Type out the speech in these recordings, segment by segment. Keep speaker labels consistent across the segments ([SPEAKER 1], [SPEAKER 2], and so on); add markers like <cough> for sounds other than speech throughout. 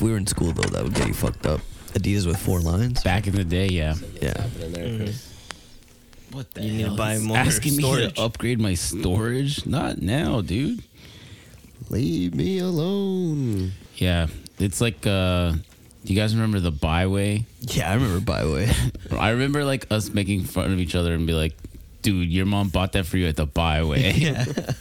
[SPEAKER 1] we were in school though, that would get you fucked up. Adidas with four lines.
[SPEAKER 2] Back in the day, yeah.
[SPEAKER 1] Yeah.
[SPEAKER 3] What the
[SPEAKER 4] You need to
[SPEAKER 3] hell?
[SPEAKER 4] buy
[SPEAKER 3] It's
[SPEAKER 4] more
[SPEAKER 2] Asking me
[SPEAKER 4] storage.
[SPEAKER 2] to upgrade my storage? Not now, dude.
[SPEAKER 1] Leave me alone.
[SPEAKER 2] Yeah, it's like. uh Do you guys remember the byway?
[SPEAKER 1] Yeah, I remember Byway. <laughs>
[SPEAKER 2] I remember like us making fun of each other and be like, "Dude, your mom bought that for you at the byway."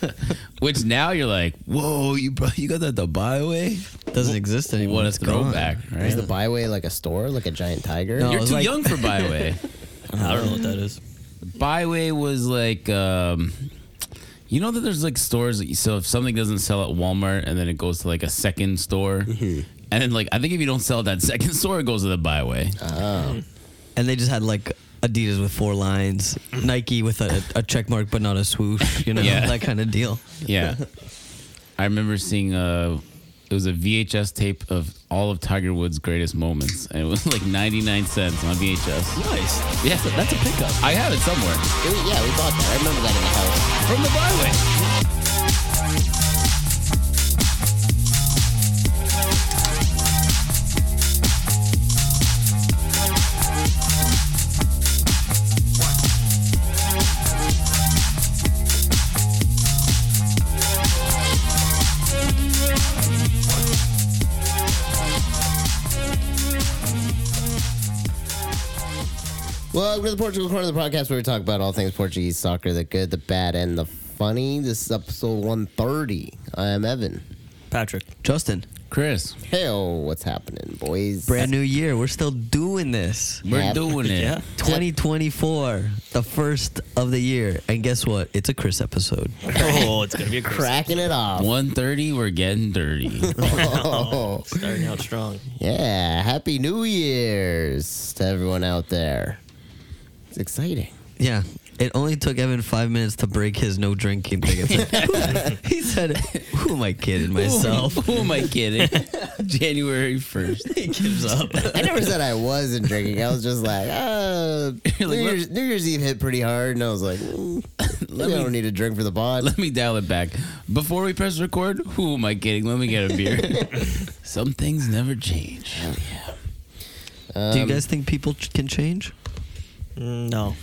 [SPEAKER 2] <laughs> Which now you're like, "Whoa, you brought you got that at the byway?"
[SPEAKER 1] Doesn't exist anymore.
[SPEAKER 2] What a
[SPEAKER 1] It's gone.
[SPEAKER 2] throwback, right?
[SPEAKER 3] Is the byway like a store, like a giant tiger?
[SPEAKER 1] No. I
[SPEAKER 2] you're
[SPEAKER 1] was
[SPEAKER 2] too
[SPEAKER 1] like-
[SPEAKER 2] young for <laughs> byway.
[SPEAKER 1] I don't know what that is.
[SPEAKER 2] Byway was like, um, you know that there's like stores. That you, so if something doesn't sell at Walmart, and then it goes to like a second store, and then like I think if you don't sell at that <laughs> second store, it goes to the Byway.
[SPEAKER 1] And they just had like Adidas with four lines, Nike with a, a check mark but not a swoosh, you know,
[SPEAKER 2] Yeah.
[SPEAKER 1] that kind of deal.
[SPEAKER 2] yeah, I remember seeing uh It was a VHS tape of all of Tiger Woods' greatest moments, and it was like 99 cents on VHS.
[SPEAKER 1] Nice.
[SPEAKER 2] Yeah, that's a pickup. I have it somewhere
[SPEAKER 3] It was- yeah, we bought that. I remember that in the house.
[SPEAKER 2] from the Byway.
[SPEAKER 3] Welcome to the Portugal Corner of the podcast where we talk about all things Portuguese soccer, the good, the bad, and the funny. This is episode 130. I am Evan.
[SPEAKER 4] Patrick.
[SPEAKER 1] Justin,
[SPEAKER 2] Chris,
[SPEAKER 3] Hey, what's happening, boys?
[SPEAKER 1] brand new year. We're still doing this.
[SPEAKER 2] we're
[SPEAKER 3] Yeah.
[SPEAKER 2] doing it.
[SPEAKER 4] Yeah.
[SPEAKER 1] 2024, the first of the year. And guess what? It's a Chris episode.
[SPEAKER 4] Oh, it's gonna be a crack.
[SPEAKER 3] Cracking it off.
[SPEAKER 2] 130, we're getting <laughs> dirty.
[SPEAKER 3] Oh,
[SPEAKER 4] Starting out strong.
[SPEAKER 3] <laughs> yeah. Happy New Year's to everyone out there. It's exciting.
[SPEAKER 1] Yeah. It only took Evan five minutes to break his no drinking thing. It's like,
[SPEAKER 2] <laughs>
[SPEAKER 1] he said, Who am I kidding myself?
[SPEAKER 2] Who am
[SPEAKER 1] <laughs>
[SPEAKER 2] I kidding? January 1st.
[SPEAKER 1] he gives up.
[SPEAKER 3] I never said I wasn't drinking. I was just
[SPEAKER 2] <laughs>
[SPEAKER 3] like, uh,
[SPEAKER 2] You're like,
[SPEAKER 3] New,
[SPEAKER 2] "Let-
[SPEAKER 3] Year's, New Year's Eve hit pretty hard, and I was like, mm,
[SPEAKER 2] <laughs>
[SPEAKER 3] maybe I
[SPEAKER 2] me-
[SPEAKER 3] don't need a drink for the
[SPEAKER 2] <laughs>
[SPEAKER 3] pod.
[SPEAKER 2] Let me dial it back. Before we press record, who am I kidding? Let me get a
[SPEAKER 4] <laughs>
[SPEAKER 2] beer. Some things never change.
[SPEAKER 1] Do you guys think people ch- can change?
[SPEAKER 4] Mm, <laughs> No,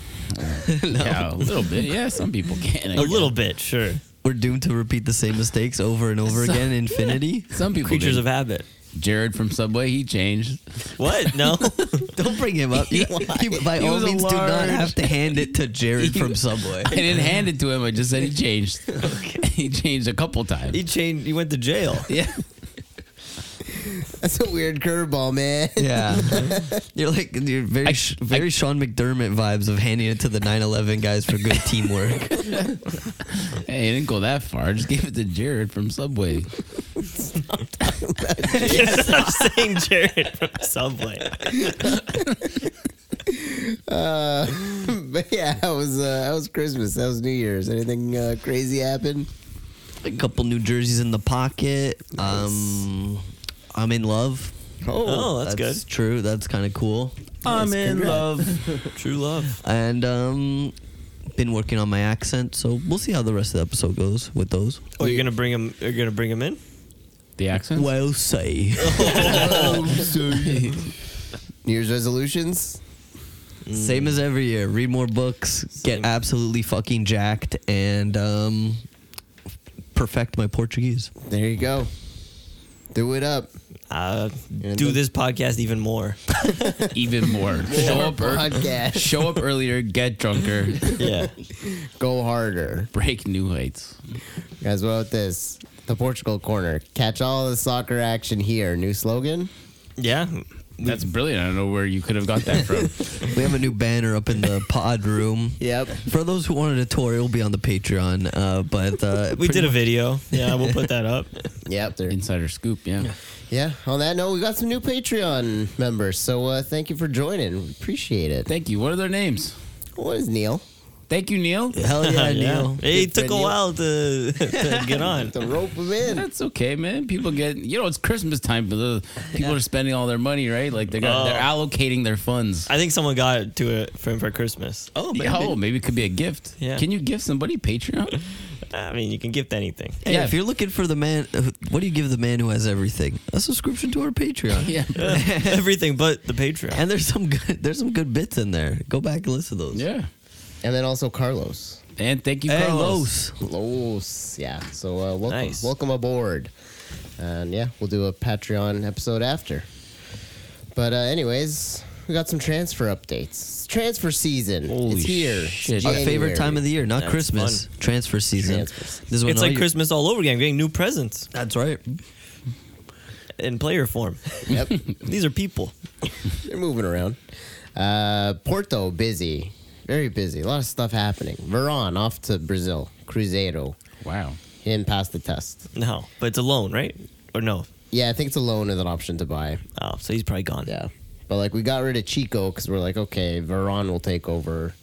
[SPEAKER 2] Yeah, a little bit. Yeah, some people can. I
[SPEAKER 4] a
[SPEAKER 2] guess.
[SPEAKER 4] little bit, sure.
[SPEAKER 1] We're doomed to repeat the same mistakes over and over again,
[SPEAKER 2] <laughs>
[SPEAKER 1] infinity.
[SPEAKER 2] Some people
[SPEAKER 4] Creatures
[SPEAKER 2] do.
[SPEAKER 4] of habit.
[SPEAKER 2] Jared from Subway, he
[SPEAKER 4] <laughs>
[SPEAKER 2] changed.
[SPEAKER 4] What? No.
[SPEAKER 1] Don't bring him up. <laughs> You, you- by
[SPEAKER 2] He
[SPEAKER 1] all
[SPEAKER 2] was a
[SPEAKER 1] means, do not
[SPEAKER 2] large-
[SPEAKER 1] have to hand it to Jared
[SPEAKER 2] <laughs>
[SPEAKER 1] from Subway.
[SPEAKER 2] I didn't hand it to him. I just said he
[SPEAKER 4] <laughs>
[SPEAKER 2] changed. <laughs> he changed a couple times.
[SPEAKER 4] he changed. He went to jail. <laughs>
[SPEAKER 2] yeah.
[SPEAKER 3] That's a weird curveball, man. <laughs>
[SPEAKER 1] Yeah, <laughs> you're like you're very
[SPEAKER 2] I-
[SPEAKER 1] sh very Sean McDermott vibes of handing it to the 9/11 guys for good teamwork.
[SPEAKER 2] Hey, I didn't go that far. I just gave it to Jared from Subway.
[SPEAKER 4] Stop saying Jared from Subway.
[SPEAKER 3] Uh, <laughs> but yeah, that was uh, that was Christmas. That was New Year's. Anything uh, crazy happen?
[SPEAKER 1] A couple New Jerseys in the pocket. Um, I'm in love.
[SPEAKER 4] Oh, that's, good.
[SPEAKER 1] True. That's kind of cool.
[SPEAKER 4] I'm in love. <laughs> True love.
[SPEAKER 1] And um, been working on my accent, so we'll see how the rest of the episode goes with those.
[SPEAKER 4] Oh, you're gonna bring him. You're gonna bring him in.
[SPEAKER 2] The accent?
[SPEAKER 1] Well, say.
[SPEAKER 2] Um,
[SPEAKER 3] New Year's resolutions.
[SPEAKER 1] <laughs> Same as every year. Read more books,
[SPEAKER 4] Same.
[SPEAKER 1] get absolutely fucking jacked, and um, perfect my Portuguese.
[SPEAKER 3] There you go. Do it up.
[SPEAKER 4] Uh,
[SPEAKER 3] And
[SPEAKER 4] do
[SPEAKER 3] then-
[SPEAKER 4] this podcast even more.
[SPEAKER 2] <laughs> Even more. Show up, ear- <laughs>
[SPEAKER 3] podcast.
[SPEAKER 2] show up earlier, get drunker,
[SPEAKER 4] <laughs> Yeah.
[SPEAKER 3] Go harder.
[SPEAKER 2] break new heights.
[SPEAKER 3] Guys, what about this? The Portugal corner. Catch all the soccer action here. New slogan.
[SPEAKER 4] Yeah.
[SPEAKER 2] That's brilliant. I don't know where you could have got that from.
[SPEAKER 4] <laughs>
[SPEAKER 1] We have a new banner up in the pod room.
[SPEAKER 3] Yep.
[SPEAKER 1] For those who wanted a tour, it will be on the Patreon. Uh, but uh,
[SPEAKER 4] <laughs> We
[SPEAKER 1] pretty
[SPEAKER 4] did a video. Yeah, we'll put that <laughs> up.
[SPEAKER 3] Yep. There.
[SPEAKER 2] Insider scoop, yeah.
[SPEAKER 3] Yeah. On that note, we got some new Patreon members. So uh, thank you for joining. We Appreciate it.
[SPEAKER 2] Thank you. What are their names?
[SPEAKER 3] What is Neil?
[SPEAKER 2] Thank you, Neil.
[SPEAKER 1] <laughs>
[SPEAKER 4] Oh,
[SPEAKER 1] Hell
[SPEAKER 4] <laughs>
[SPEAKER 1] yeah, Neil.
[SPEAKER 3] Good
[SPEAKER 4] It
[SPEAKER 3] for
[SPEAKER 4] took a
[SPEAKER 3] Neil.
[SPEAKER 4] while to, <laughs> to
[SPEAKER 3] <laughs>
[SPEAKER 4] get
[SPEAKER 1] <laughs>
[SPEAKER 4] on.
[SPEAKER 3] To rope him in.
[SPEAKER 2] That's okay, man. People get, you know, it's Christmas time, but the people are spending all their money, right? Like they got,
[SPEAKER 4] Oh.
[SPEAKER 2] they're allocating their funds.
[SPEAKER 4] I think someone got it to it for him for Christmas.
[SPEAKER 2] Oh, maybe. it could be a gift.
[SPEAKER 4] Yeah. <laughs>
[SPEAKER 2] Can you gift somebody Patreon?
[SPEAKER 4] I mean, you can gift anything.
[SPEAKER 1] Hey,
[SPEAKER 2] Yeah.
[SPEAKER 1] if you're looking for the man, uh, what do you give the man who has everything? A subscription to our
[SPEAKER 4] <laughs>
[SPEAKER 1] Patreon.
[SPEAKER 2] Yeah.
[SPEAKER 4] everything but the Patreon.
[SPEAKER 1] And there's some good, there's some good bits in there. Go back and listen to those.
[SPEAKER 2] Yeah.
[SPEAKER 3] And then also Carlos.
[SPEAKER 2] And thank you,
[SPEAKER 1] Hey,
[SPEAKER 2] Carlos.
[SPEAKER 1] Los.
[SPEAKER 3] Los, yeah. So uh, welcome,
[SPEAKER 4] Nice.
[SPEAKER 3] welcome aboard, and yeah, we'll do a Patreon episode after. But uh, anyways, we got some transfer updates. It's transfer season.
[SPEAKER 2] Holy
[SPEAKER 3] it's here.
[SPEAKER 2] shit.
[SPEAKER 3] It's
[SPEAKER 1] Our
[SPEAKER 3] January.
[SPEAKER 1] favorite time of the year, not
[SPEAKER 4] That's
[SPEAKER 1] Christmas. Transfer season.
[SPEAKER 3] Transfer season.
[SPEAKER 1] This is when
[SPEAKER 4] it's
[SPEAKER 1] all
[SPEAKER 4] like
[SPEAKER 1] your-
[SPEAKER 4] Christmas all over again, getting new presents
[SPEAKER 1] That's right.
[SPEAKER 4] in player form.
[SPEAKER 3] Yep,
[SPEAKER 4] <laughs> These are people.
[SPEAKER 3] they're moving around. Uh, Porto busy, very busy. A lot of stuff happening. Veron off to Brazil. Cruzeiro.
[SPEAKER 2] Wow.
[SPEAKER 3] He didn't pass the test.
[SPEAKER 4] No, but it's a loan, right? Or no?
[SPEAKER 3] Yeah, I think it's a loan with an option to buy.
[SPEAKER 4] Oh, so he's probably gone.
[SPEAKER 3] Yeah. But like we got rid of Chico because we're like, okay, Veron will take over.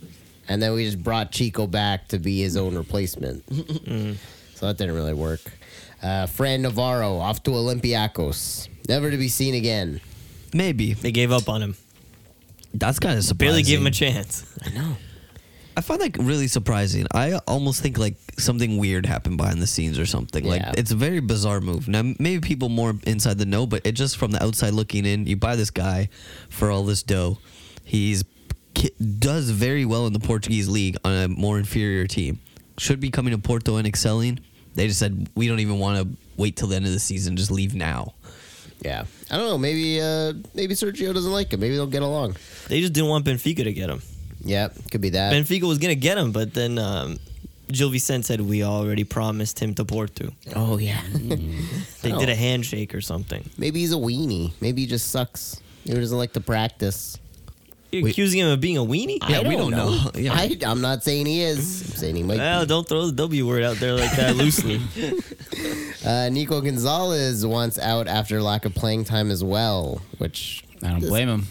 [SPEAKER 3] And then we just brought Chico back to be his own replacement. <laughs> so that didn't really work. Uh, Fran Navarro off to Olympiacos. Never to be seen again.
[SPEAKER 1] Maybe
[SPEAKER 4] They gave up on him.
[SPEAKER 1] that's kind of surprising.
[SPEAKER 4] Barely gave him a chance. <laughs>
[SPEAKER 3] I know.
[SPEAKER 1] I find that really surprising. I almost think like something weird happened behind the scenes or something. Like
[SPEAKER 3] Yeah.
[SPEAKER 1] it's a very bizarre move. Now maybe people more inside the know, but it just from the outside looking in, you buy this guy for all this dough. He's ki- does very well in the Portuguese league on a more inferior team. Should be coming to Porto and excelling. They just said we don't even want to wait till the end of the season. Just leave now.
[SPEAKER 3] Yeah. I don't know. Maybe uh, maybe Sergio doesn't like him. Maybe they'll get along.
[SPEAKER 4] They just didn't want Benfica to get him.
[SPEAKER 3] Yeah, could be that.
[SPEAKER 4] Benfica was gonna get him, but then um, Gil Vicente said we already promised him to Porto.
[SPEAKER 3] oh yeah.
[SPEAKER 4] They
[SPEAKER 3] Oh.
[SPEAKER 4] did a handshake or something.
[SPEAKER 3] <laughs> maybe he's a weenie. Maybe he just sucks. Maybe he doesn't like to practice.
[SPEAKER 4] You're
[SPEAKER 1] Wait.
[SPEAKER 4] accusing him of being a weenie?
[SPEAKER 1] Yeah, we don't know. Yeah.
[SPEAKER 3] I, I'm not saying he is. I'm saying he might. be.
[SPEAKER 4] Well, don't throw the W word out there
[SPEAKER 3] <laughs>
[SPEAKER 4] like that loosely.
[SPEAKER 3] Uh, Nico Gonzalez wants out after lack of playing time as well, which
[SPEAKER 2] I don't
[SPEAKER 3] this,
[SPEAKER 2] blame him.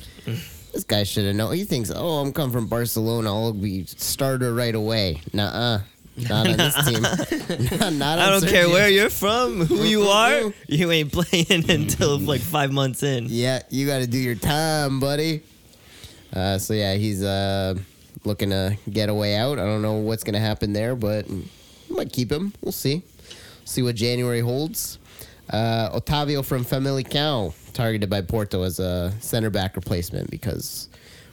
[SPEAKER 3] This guy should have known. He thinks, oh, I'm coming from Barcelona. I'll be starter right away. Nuh-uh. Not on this team. <laughs> not, not
[SPEAKER 4] I
[SPEAKER 3] on
[SPEAKER 4] don't care
[SPEAKER 3] Sergio.
[SPEAKER 4] where you're from, who <laughs> you are,
[SPEAKER 3] Mm-mm-mm.
[SPEAKER 4] you ain't playing <laughs> until like five months in.
[SPEAKER 3] Yeah, you got to do your time, buddy. Uh, so yeah, he's uh, looking to get a way out. I don't know what's gonna happen there, but we might keep him. We'll see. See what January holds. Uh, Otavio from Famalicão targeted by Porto as a center back replacement because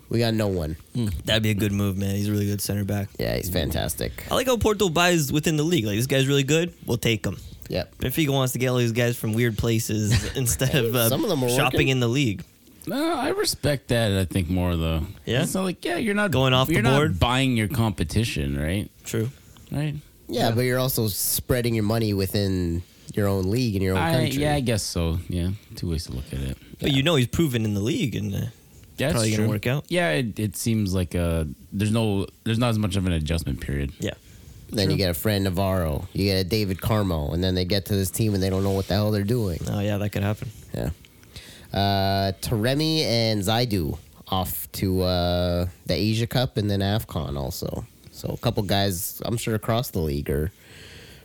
[SPEAKER 3] we got no one.
[SPEAKER 4] That'd be a good move, man. He's a really good center back.
[SPEAKER 3] Yeah, he's fantastic.
[SPEAKER 4] I like how Porto buys within the league. Like this guy's really good, we'll take him.
[SPEAKER 3] Yep.
[SPEAKER 4] Benfica wants to get all these guys from weird <laughs> places instead of uh,
[SPEAKER 3] some of them are
[SPEAKER 4] shopping
[SPEAKER 3] working.
[SPEAKER 4] in the league.
[SPEAKER 2] No, I respect that. I think more though.
[SPEAKER 4] Yeah?
[SPEAKER 2] It's not like yeah, you're not
[SPEAKER 4] Going off the
[SPEAKER 2] you're
[SPEAKER 4] board?
[SPEAKER 2] Not buying your competition, right?
[SPEAKER 4] True.
[SPEAKER 2] Right.
[SPEAKER 3] Yeah, but you're also spreading your money within your own league and
[SPEAKER 4] Oh,
[SPEAKER 3] your own
[SPEAKER 2] I,
[SPEAKER 3] country.
[SPEAKER 2] yeah, I guess so. Yeah, two ways to look at it.
[SPEAKER 4] But you know he's proven in the league, and uh,
[SPEAKER 2] That's
[SPEAKER 4] Probably gonna
[SPEAKER 2] true.
[SPEAKER 4] work out.
[SPEAKER 2] Yeah, it, it seems like uh, there's no, there's not as much of an adjustment period.
[SPEAKER 4] yeah,
[SPEAKER 3] Then you get a Fran Navarro, you get a David Carmo, and then they get to this team and they don't know what the hell they're doing.
[SPEAKER 4] oh yeah, that could happen.
[SPEAKER 3] Yeah. Uh, Taremi and Zaidu off to uh, the Asia Cup and then AFCON also. So a couple guys, I'm sure, across the league are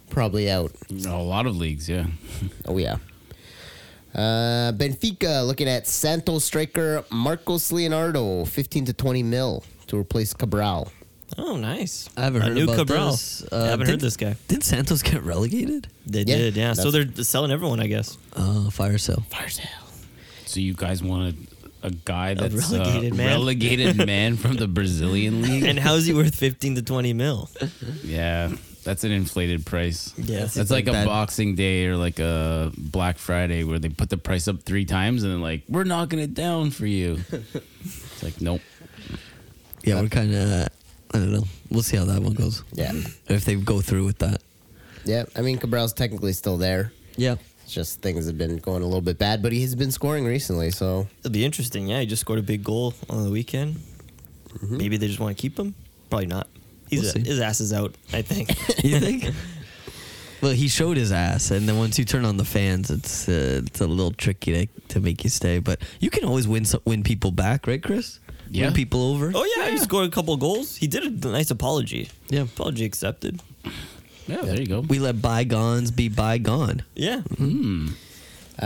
[SPEAKER 3] probably out.
[SPEAKER 2] A lot of leagues, yeah.
[SPEAKER 3] Oh, yeah. Uh, Benfica looking at Santos striker Marcos Leonardo, 15 to 20 mil to replace Cabral.
[SPEAKER 4] Oh, nice.
[SPEAKER 1] I haven't
[SPEAKER 4] Our
[SPEAKER 1] heard
[SPEAKER 4] new
[SPEAKER 1] about
[SPEAKER 4] Cabral.
[SPEAKER 1] this.
[SPEAKER 4] I
[SPEAKER 1] Uh,
[SPEAKER 4] haven't heard
[SPEAKER 1] didn't-
[SPEAKER 4] this guy.
[SPEAKER 1] Didn't Santos get relegated?
[SPEAKER 4] They
[SPEAKER 3] Yeah,
[SPEAKER 4] did, yeah. So
[SPEAKER 3] that's-
[SPEAKER 4] they're selling everyone, I guess.
[SPEAKER 1] Uh, fire sale.
[SPEAKER 2] So you guys want a, a guy that's
[SPEAKER 4] relegated
[SPEAKER 2] uh,
[SPEAKER 4] man. <laughs>
[SPEAKER 2] relegated man from the Brazilian league?
[SPEAKER 4] And how's he worth fifteen to twenty mil?
[SPEAKER 2] Yeah, that's an inflated price.
[SPEAKER 4] Yeah.
[SPEAKER 2] that's,
[SPEAKER 1] It's
[SPEAKER 2] like,
[SPEAKER 1] like
[SPEAKER 2] a
[SPEAKER 1] that-
[SPEAKER 2] Boxing Day or like a Black Friday where they put the price up three times and they're like, "We're knocking it down for
[SPEAKER 4] <laughs>
[SPEAKER 2] you." it's like, nope.
[SPEAKER 1] Yeah, we're kind of. I don't know. We'll see how that one goes.
[SPEAKER 3] Yeah.
[SPEAKER 1] If they go through with that.
[SPEAKER 3] Yeah, I mean, Cabral's technically still there.
[SPEAKER 1] Yeah.
[SPEAKER 3] It's just things have been going a little bit bad, but he has been scoring recently, so
[SPEAKER 4] It'll be interesting. Yeah, he just scored a big goal on the weekend. Maybe they just want to keep him. Probably not. He's
[SPEAKER 1] Mm-hmm. We'll see.
[SPEAKER 4] his ass is out. I think.
[SPEAKER 1] <laughs> <laughs> You think? well, he showed his ass, and then once you turn on the fans, it's uh, it's a little tricky to, to make you stay. But you can always win so- win people back, right, Chris?
[SPEAKER 2] Yeah.
[SPEAKER 1] Win people over.
[SPEAKER 4] oh yeah, he scored a couple goals. He did a nice apology.
[SPEAKER 1] Yeah.
[SPEAKER 4] apology accepted.
[SPEAKER 2] Yeah, there you go.
[SPEAKER 1] We let bygones be bygone.
[SPEAKER 4] Yeah,
[SPEAKER 3] Uh,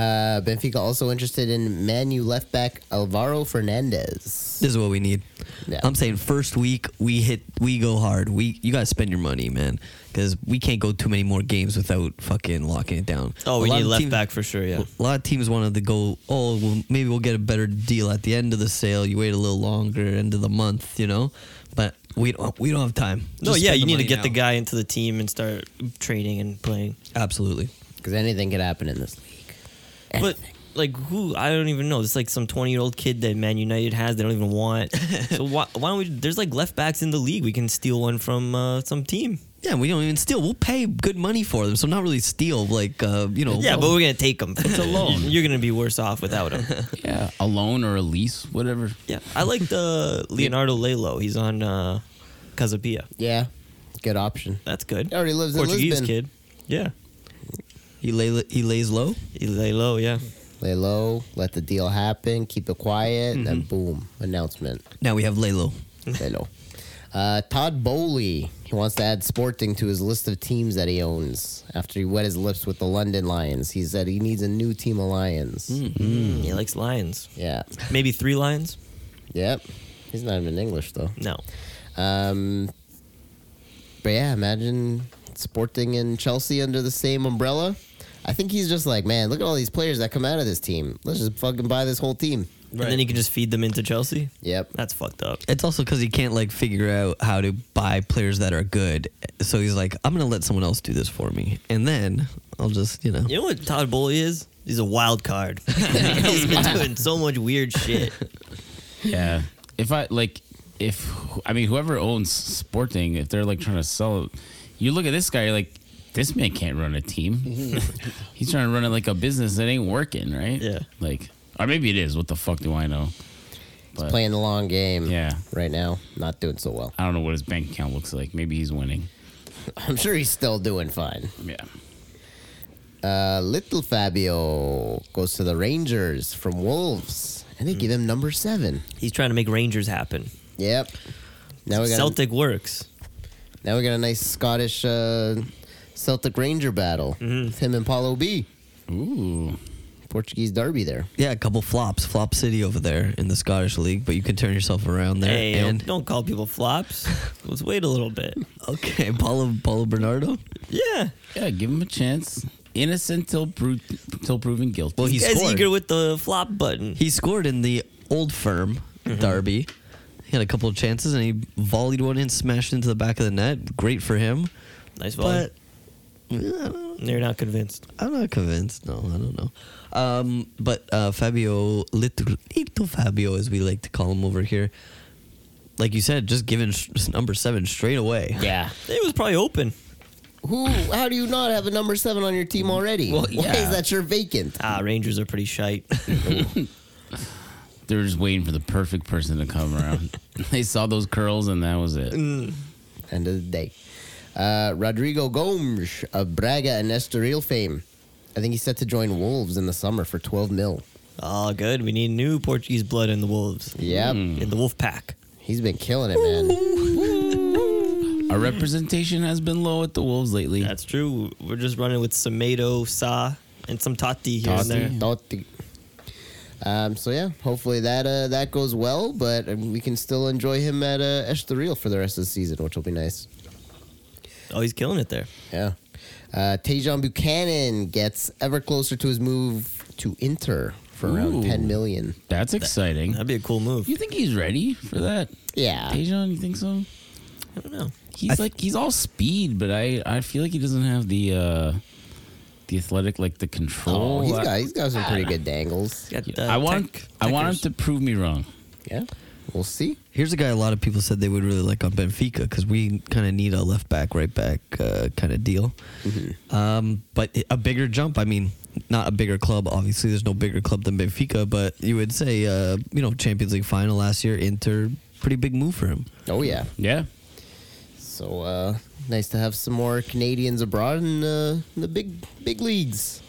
[SPEAKER 3] Uh, Benfica also interested in Manu left back Alvaro Fernandez.
[SPEAKER 1] This is what we need.
[SPEAKER 3] Yeah.
[SPEAKER 1] I'm saying first week we hit we go hard. We you gotta spend your money, man, because we can't go too many more games without fucking locking it down.
[SPEAKER 4] Oh, we
[SPEAKER 1] A lot
[SPEAKER 4] need
[SPEAKER 1] of
[SPEAKER 4] left
[SPEAKER 1] teams-
[SPEAKER 4] back for sure. Yeah.
[SPEAKER 1] A lot of teams wanted to go. Oh, well, maybe we'll get a better deal at the end of the sale. You wait a little longer end of the month, you know. But we don't we don't have time.
[SPEAKER 4] No,
[SPEAKER 1] Just
[SPEAKER 4] yeah,
[SPEAKER 1] spend
[SPEAKER 4] you need to
[SPEAKER 1] money
[SPEAKER 4] get the
[SPEAKER 1] now.
[SPEAKER 4] guy into the team and start trading and playing.
[SPEAKER 1] Absolutely.
[SPEAKER 3] Because anything could happen in this league.
[SPEAKER 4] But like who? I don't even know. It's like some twenty-year-old kid that Man United has. They don't
[SPEAKER 1] <laughs>
[SPEAKER 4] even want. so why, why don't we? There's like left backs in the league. We can steal one from uh, some team.
[SPEAKER 1] Yeah, we don't even steal. We'll pay good money for them, so not really steal. Like uh, you know.
[SPEAKER 4] Yeah, but we're gonna take them. It's
[SPEAKER 2] a loan.
[SPEAKER 4] <laughs> You're gonna be worse off
[SPEAKER 1] <laughs>
[SPEAKER 4] without him.
[SPEAKER 2] Yeah, a loan or a lease, whatever.
[SPEAKER 4] yeah, I
[SPEAKER 1] <laughs>
[SPEAKER 4] like the Leonardo Lelo. He's on uh, Casapia.
[SPEAKER 3] Yeah, good option.
[SPEAKER 4] That's good.
[SPEAKER 3] Oh, He already lives in
[SPEAKER 4] Portuguese
[SPEAKER 3] Lisbon.
[SPEAKER 4] kid. Yeah,
[SPEAKER 1] he lay he lays low.
[SPEAKER 4] He lay low. Yeah,
[SPEAKER 3] Lay low, let the deal happen, keep it quiet, and then boom, announcement.
[SPEAKER 1] Now we have lay low.
[SPEAKER 3] Lay low. Uh, Todd Bowley, he wants to add Sporting to his list of teams that he owns after he wet his lips with the London Lions. He said he needs a new team of Lions.
[SPEAKER 4] Hmm.
[SPEAKER 1] Mm-hmm.
[SPEAKER 4] he likes lions.
[SPEAKER 3] Yeah.
[SPEAKER 4] Maybe three lions.
[SPEAKER 3] Yep. He's not even English, though.
[SPEAKER 4] No.
[SPEAKER 3] Um, but yeah, imagine Sporting and Chelsea under the same umbrella. I think he's just like, man, look at all these players that come out of this team. Let's just fucking buy this whole team.
[SPEAKER 4] And then he can just feed them into Chelsea.
[SPEAKER 3] Yep.
[SPEAKER 4] That's fucked up.
[SPEAKER 1] It's also because he can't like figure out how to buy players that are good. So he's like, I'm gonna let someone else do this for me, and then I'll just you know.
[SPEAKER 4] You know <laughs> what Todd Bowley is? He's a wild
[SPEAKER 1] <laughs>
[SPEAKER 4] card. He's been doing so much weird shit.
[SPEAKER 2] Yeah. If I like, if I mean, whoever owns Sporting, if they're like trying to sell, it, you look at this guy, you're like, this man can't run
[SPEAKER 1] <laughs>
[SPEAKER 2] a team. He's trying to run it like a business that ain't working, right?
[SPEAKER 4] Yeah.
[SPEAKER 2] Like, or maybe it is. What the fuck do I know? But
[SPEAKER 3] Playing the long game.
[SPEAKER 2] Yeah.
[SPEAKER 3] Right now, not doing so well.
[SPEAKER 2] I don't know what his bank account looks like. Maybe he's winning.
[SPEAKER 3] I'm sure he's still doing fine.
[SPEAKER 2] Yeah.
[SPEAKER 3] Uh, little Fabio goes to the Rangers from Wolves, and they give him number seven.
[SPEAKER 4] He's trying to make Rangers happen.
[SPEAKER 3] Yep. Now we got
[SPEAKER 4] Celtic works.
[SPEAKER 3] now we got a nice Scottish uh, Celtic Ranger battle with him and Paulo B.
[SPEAKER 2] Ooh.
[SPEAKER 3] Portuguese derby there.
[SPEAKER 1] Yeah, a couple flops, flop city over there in the Scottish league, but you can turn yourself around there.
[SPEAKER 4] Hey,
[SPEAKER 1] and
[SPEAKER 4] don't, don't call people flops. Let's wait a
[SPEAKER 1] <laughs>
[SPEAKER 4] little bit.
[SPEAKER 1] okay, Paulo Paulo Bernardo.
[SPEAKER 4] Yeah.
[SPEAKER 2] Yeah. Give him a chance. Innocent till pro- till proven guilty.
[SPEAKER 1] Well, he
[SPEAKER 4] He's
[SPEAKER 1] scored.
[SPEAKER 4] eager with the flop button.
[SPEAKER 1] He scored in the Old Firm
[SPEAKER 4] Mm-hmm.
[SPEAKER 1] derby. He had a couple of chances and he volleyed one in, smashed into the back of the net. Great for him.
[SPEAKER 4] nice volley.
[SPEAKER 1] But yeah,
[SPEAKER 4] They're not convinced.
[SPEAKER 1] I'm not convinced. No, I don't know. Um, but uh, Fabio, little, little Fabio, as we like to call him over here, like you said, just given sh- number seven straight away.
[SPEAKER 3] Yeah.
[SPEAKER 4] It was probably open.
[SPEAKER 3] Who? How do you not have a number seven on your team already?
[SPEAKER 2] Well,
[SPEAKER 3] Why
[SPEAKER 2] yeah.
[SPEAKER 3] is that your vacant?
[SPEAKER 4] Ah, Rangers are pretty shite.
[SPEAKER 2] They're just waiting for the perfect person to come
[SPEAKER 1] <laughs>
[SPEAKER 2] around. they saw those curls and that was it.
[SPEAKER 3] End of the day. Uh, Rodrigo Gomes of Braga and Estoril fame. I think he's set to join Wolves in the summer for 12 mil.
[SPEAKER 4] oh, good. We need new Portuguese blood in the Wolves.
[SPEAKER 3] Yep.
[SPEAKER 4] In the Wolf Pack.
[SPEAKER 3] He's been killing it, man.
[SPEAKER 2] Our representation has been low at the Wolves lately.
[SPEAKER 4] That's true. We're just running with Samedo, Sa, and some Tati here and there.
[SPEAKER 3] Totti. Um, so yeah, hopefully that uh, that goes well, but um, we can still enjoy him at uh, Estoril for the rest of the season, which will be nice.
[SPEAKER 4] Oh, he's killing it there.
[SPEAKER 3] Yeah. Uh, Tejon Buchanan gets ever closer to his move to Inter for around
[SPEAKER 2] Ooh.
[SPEAKER 3] 10 million.
[SPEAKER 2] That's exciting.
[SPEAKER 4] That'd be a cool move.
[SPEAKER 2] you think he's ready for that?
[SPEAKER 3] Yeah.
[SPEAKER 2] Dejan, you think so?
[SPEAKER 4] I don't know.
[SPEAKER 2] He's like he's all speed, but I I feel like he doesn't have the uh the athletic like the control.
[SPEAKER 3] Oh, uh, he's got
[SPEAKER 2] I,
[SPEAKER 3] he's got some pretty good dangles.
[SPEAKER 4] Got, uh,
[SPEAKER 2] I want
[SPEAKER 4] tech-
[SPEAKER 2] I want
[SPEAKER 4] techers.
[SPEAKER 2] him to prove me wrong.
[SPEAKER 3] Yeah. We'll see.
[SPEAKER 1] Here's a guy a lot of people said they would really like on Benfica because we kind of need a left back, right back uh, kind of deal.
[SPEAKER 4] Mm-hmm.
[SPEAKER 1] Um, but a bigger jump. I mean, not a bigger club. Obviously, there's no bigger club than Benfica, but you would say, uh, you know, Champions League final last year, Inter, pretty big move for him.
[SPEAKER 3] Oh yeah.
[SPEAKER 2] Yeah.
[SPEAKER 3] So uh nice to have some more Canadians abroad in, uh, in the big big leagues.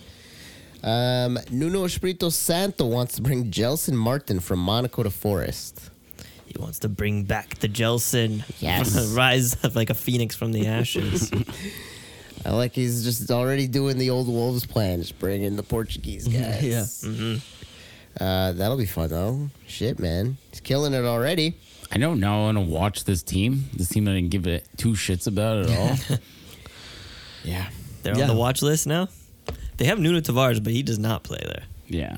[SPEAKER 3] Um, Nuno Espirito Santo wants to bring Jelson Martin from Monaco to Forest.
[SPEAKER 4] He wants to bring back the Jelson. <laughs>
[SPEAKER 3] Yes.
[SPEAKER 4] Rise up like a phoenix from the ashes.
[SPEAKER 3] I like he's just already doing the old Wolves plan, just bring in the Portuguese guys.
[SPEAKER 1] Yeah.
[SPEAKER 3] Uh, that'll be fun though. Shit, man, he's killing it already.
[SPEAKER 2] I don't know. I want to watch this team. This team I didn't give it two shits about at <laughs>
[SPEAKER 4] <laughs>
[SPEAKER 2] all.
[SPEAKER 3] Oh. Yeah.
[SPEAKER 4] They're
[SPEAKER 1] Yeah.
[SPEAKER 4] on the watch list now. They have Nuno Tavares, but he does not play there.
[SPEAKER 2] yeah.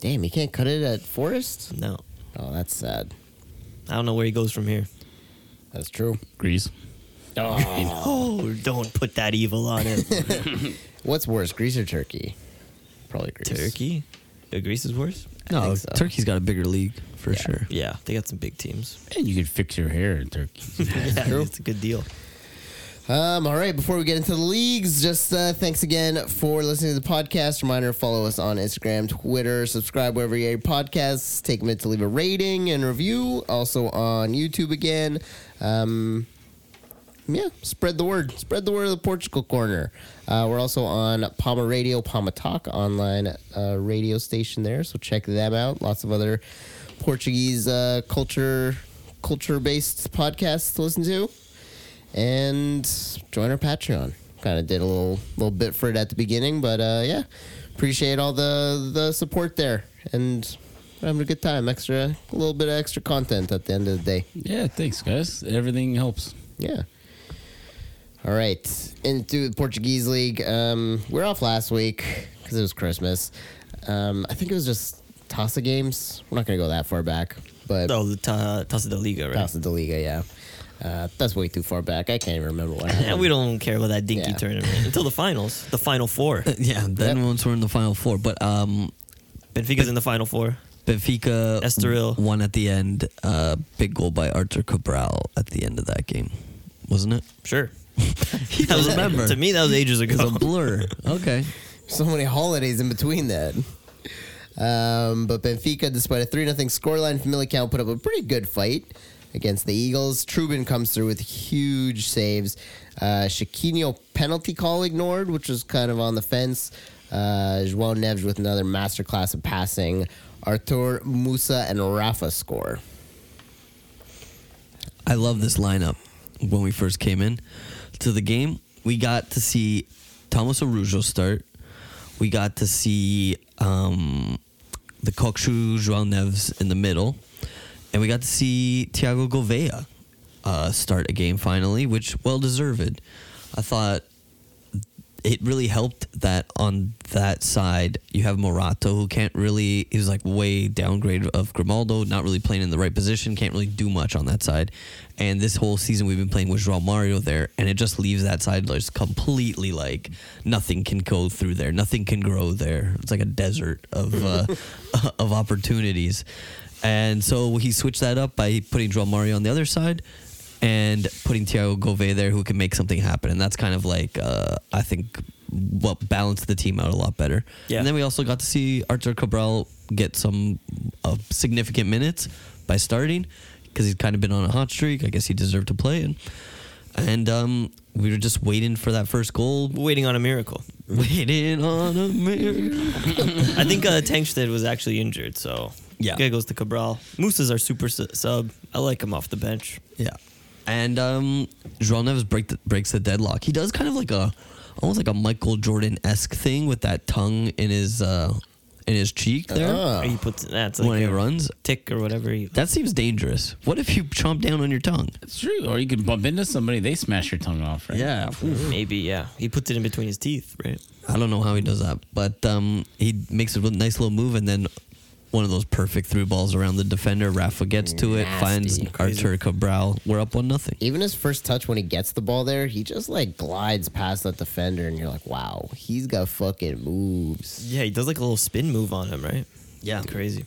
[SPEAKER 3] Damn, he can't cut it at Forest.
[SPEAKER 4] No,
[SPEAKER 3] Oh, that's sad.
[SPEAKER 4] I don't know where he goes from here.
[SPEAKER 3] That's true.
[SPEAKER 2] Greece.
[SPEAKER 4] Oh, don't put that evil on him.
[SPEAKER 3] What's worse, Greece or Turkey? Probably Greece.
[SPEAKER 4] <laughs> Turkey, Uh, Greece is worse.
[SPEAKER 1] No,
[SPEAKER 3] think so.
[SPEAKER 1] Turkey's got a bigger league for
[SPEAKER 3] Yeah. <laughs>
[SPEAKER 1] sure.
[SPEAKER 4] Yeah, they got some big teams.
[SPEAKER 2] And you could fix your hair in Turkey.
[SPEAKER 4] <laughs> yeah, it's a good deal.
[SPEAKER 3] Um, all right, before we get into the leagues, just uh, thanks again for listening to the podcast. Reminder follow us on Instagram, Twitter, subscribe wherever you get your podcasts. Take a minute to leave a rating and review. Also on YouTube again. Um, yeah, spread the word. Spread the word of the Portugal Corner. Uh, we're also on Palma Radio, Palma Talk, online uh, radio station there. So check them out. Lots of other Portuguese uh, culture culture based podcasts to listen to, and join our Patreon. Kind of did a little little bit for it at the beginning, but uh, yeah, appreciate all the the support there, and we're having a good time. Extra a little bit of extra content at the end of the day.
[SPEAKER 2] yeah, thanks, guys. Everything helps.
[SPEAKER 3] Yeah. All right. Into the Portuguese league. Um, we we're off last week because it was Christmas. Um, I think it was just Tasa games. We're not going to go that far back, but
[SPEAKER 4] Oh, the ta- Tasa da Liga, right?
[SPEAKER 3] Tasa da Liga, yeah. Uh, that's way too far back. I can't even remember what
[SPEAKER 4] Yeah,
[SPEAKER 3] happened.
[SPEAKER 4] <laughs> we don't care about that dinky
[SPEAKER 3] Yeah.
[SPEAKER 4] tournament until the finals, the
[SPEAKER 1] <laughs>
[SPEAKER 4] final four.
[SPEAKER 1] Yeah, then
[SPEAKER 3] Yep.
[SPEAKER 1] once we're in the final four, but um,
[SPEAKER 4] Benfica's in the final four.
[SPEAKER 1] Benfica
[SPEAKER 4] Estoril.
[SPEAKER 1] won at the end. Uh, big goal by Artur Cabral at the end of that game, wasn't it?
[SPEAKER 4] Sure.
[SPEAKER 1] <laughs> He
[SPEAKER 4] That was
[SPEAKER 1] remember.
[SPEAKER 4] to me. That was ages
[SPEAKER 1] It's
[SPEAKER 3] <laughs>
[SPEAKER 1] a
[SPEAKER 4] ago.
[SPEAKER 1] blur. Okay.
[SPEAKER 3] so many holidays in between that. Um, but Benfica, despite a 3 0 scoreline, Famalicão put up a pretty good fight against the Eagles. Trubin comes through with huge saves. Uh, Chiquinho penalty call ignored, which was kind of on the fence. Uh, João Neves with another masterclass of passing. Artur Musa and Rafa score.
[SPEAKER 1] I love this lineup. When we first came in to the game, we got to see Thomas Arujo start. We got to see um, the Kokshu João Neves in the middle, and we got to see Thiago Gouveia uh, start a game finally, which well deserved. I thought it really helped that on that side you have Morato who can't really he was like way downgrade of Grimaldo, not really playing in the right position, can't really do much on that side. And this whole season we've been playing with João Mario there, and it just leaves that side just completely like nothing can go through there, nothing can grow there. It's like a desert of uh, <laughs> of opportunities. And so he switched that up by putting João Mario on the other side and putting Thiago Gove there who can make something happen. And that's kind of like, uh, I think, what balanced the team out a lot better.
[SPEAKER 4] Yeah.
[SPEAKER 1] And then we also got to see Artur Cabral get some uh, significant minutes by starting because he's kind of been on a hot streak. I guess he deserved to play. And, and um, we were just waiting for that first goal.
[SPEAKER 4] <laughs>
[SPEAKER 1] <laughs>
[SPEAKER 4] Waiting on a miracle.
[SPEAKER 1] Waiting on a miracle.
[SPEAKER 4] I think uh, Tankstead was actually injured, so
[SPEAKER 1] Yeah.
[SPEAKER 4] There goes to Cabral. Moose our super su- sub. I like him off the bench.
[SPEAKER 1] Yeah. And um, Joel Neves break the, breaks the deadlock. He does kind of like a, almost like a Michael Jordan esque thing with that tongue in his uh, in his cheek there
[SPEAKER 3] Oh.
[SPEAKER 4] Or he puts that's
[SPEAKER 1] Uh, when
[SPEAKER 4] like
[SPEAKER 1] he
[SPEAKER 4] a
[SPEAKER 1] runs.
[SPEAKER 4] tick or whatever. He,
[SPEAKER 1] That seems dangerous. What if you chomp down on your tongue?
[SPEAKER 2] It's true. Or you could bump into somebody, they smash your tongue off, right?
[SPEAKER 4] maybe yeah. He puts it in between his teeth, right?
[SPEAKER 1] I don't know how he does that, but um, he makes a real nice little move and then one of those perfect through balls around the defender. Rafa gets to it, finds Artur Cabral. We're up one nothing.
[SPEAKER 3] Even his first touch when he gets the ball there, he just like glides past that defender, and you're like, wow, he's got fucking moves.
[SPEAKER 4] Yeah, he does like a little spin move on him, right?
[SPEAKER 1] Yeah.
[SPEAKER 4] crazy.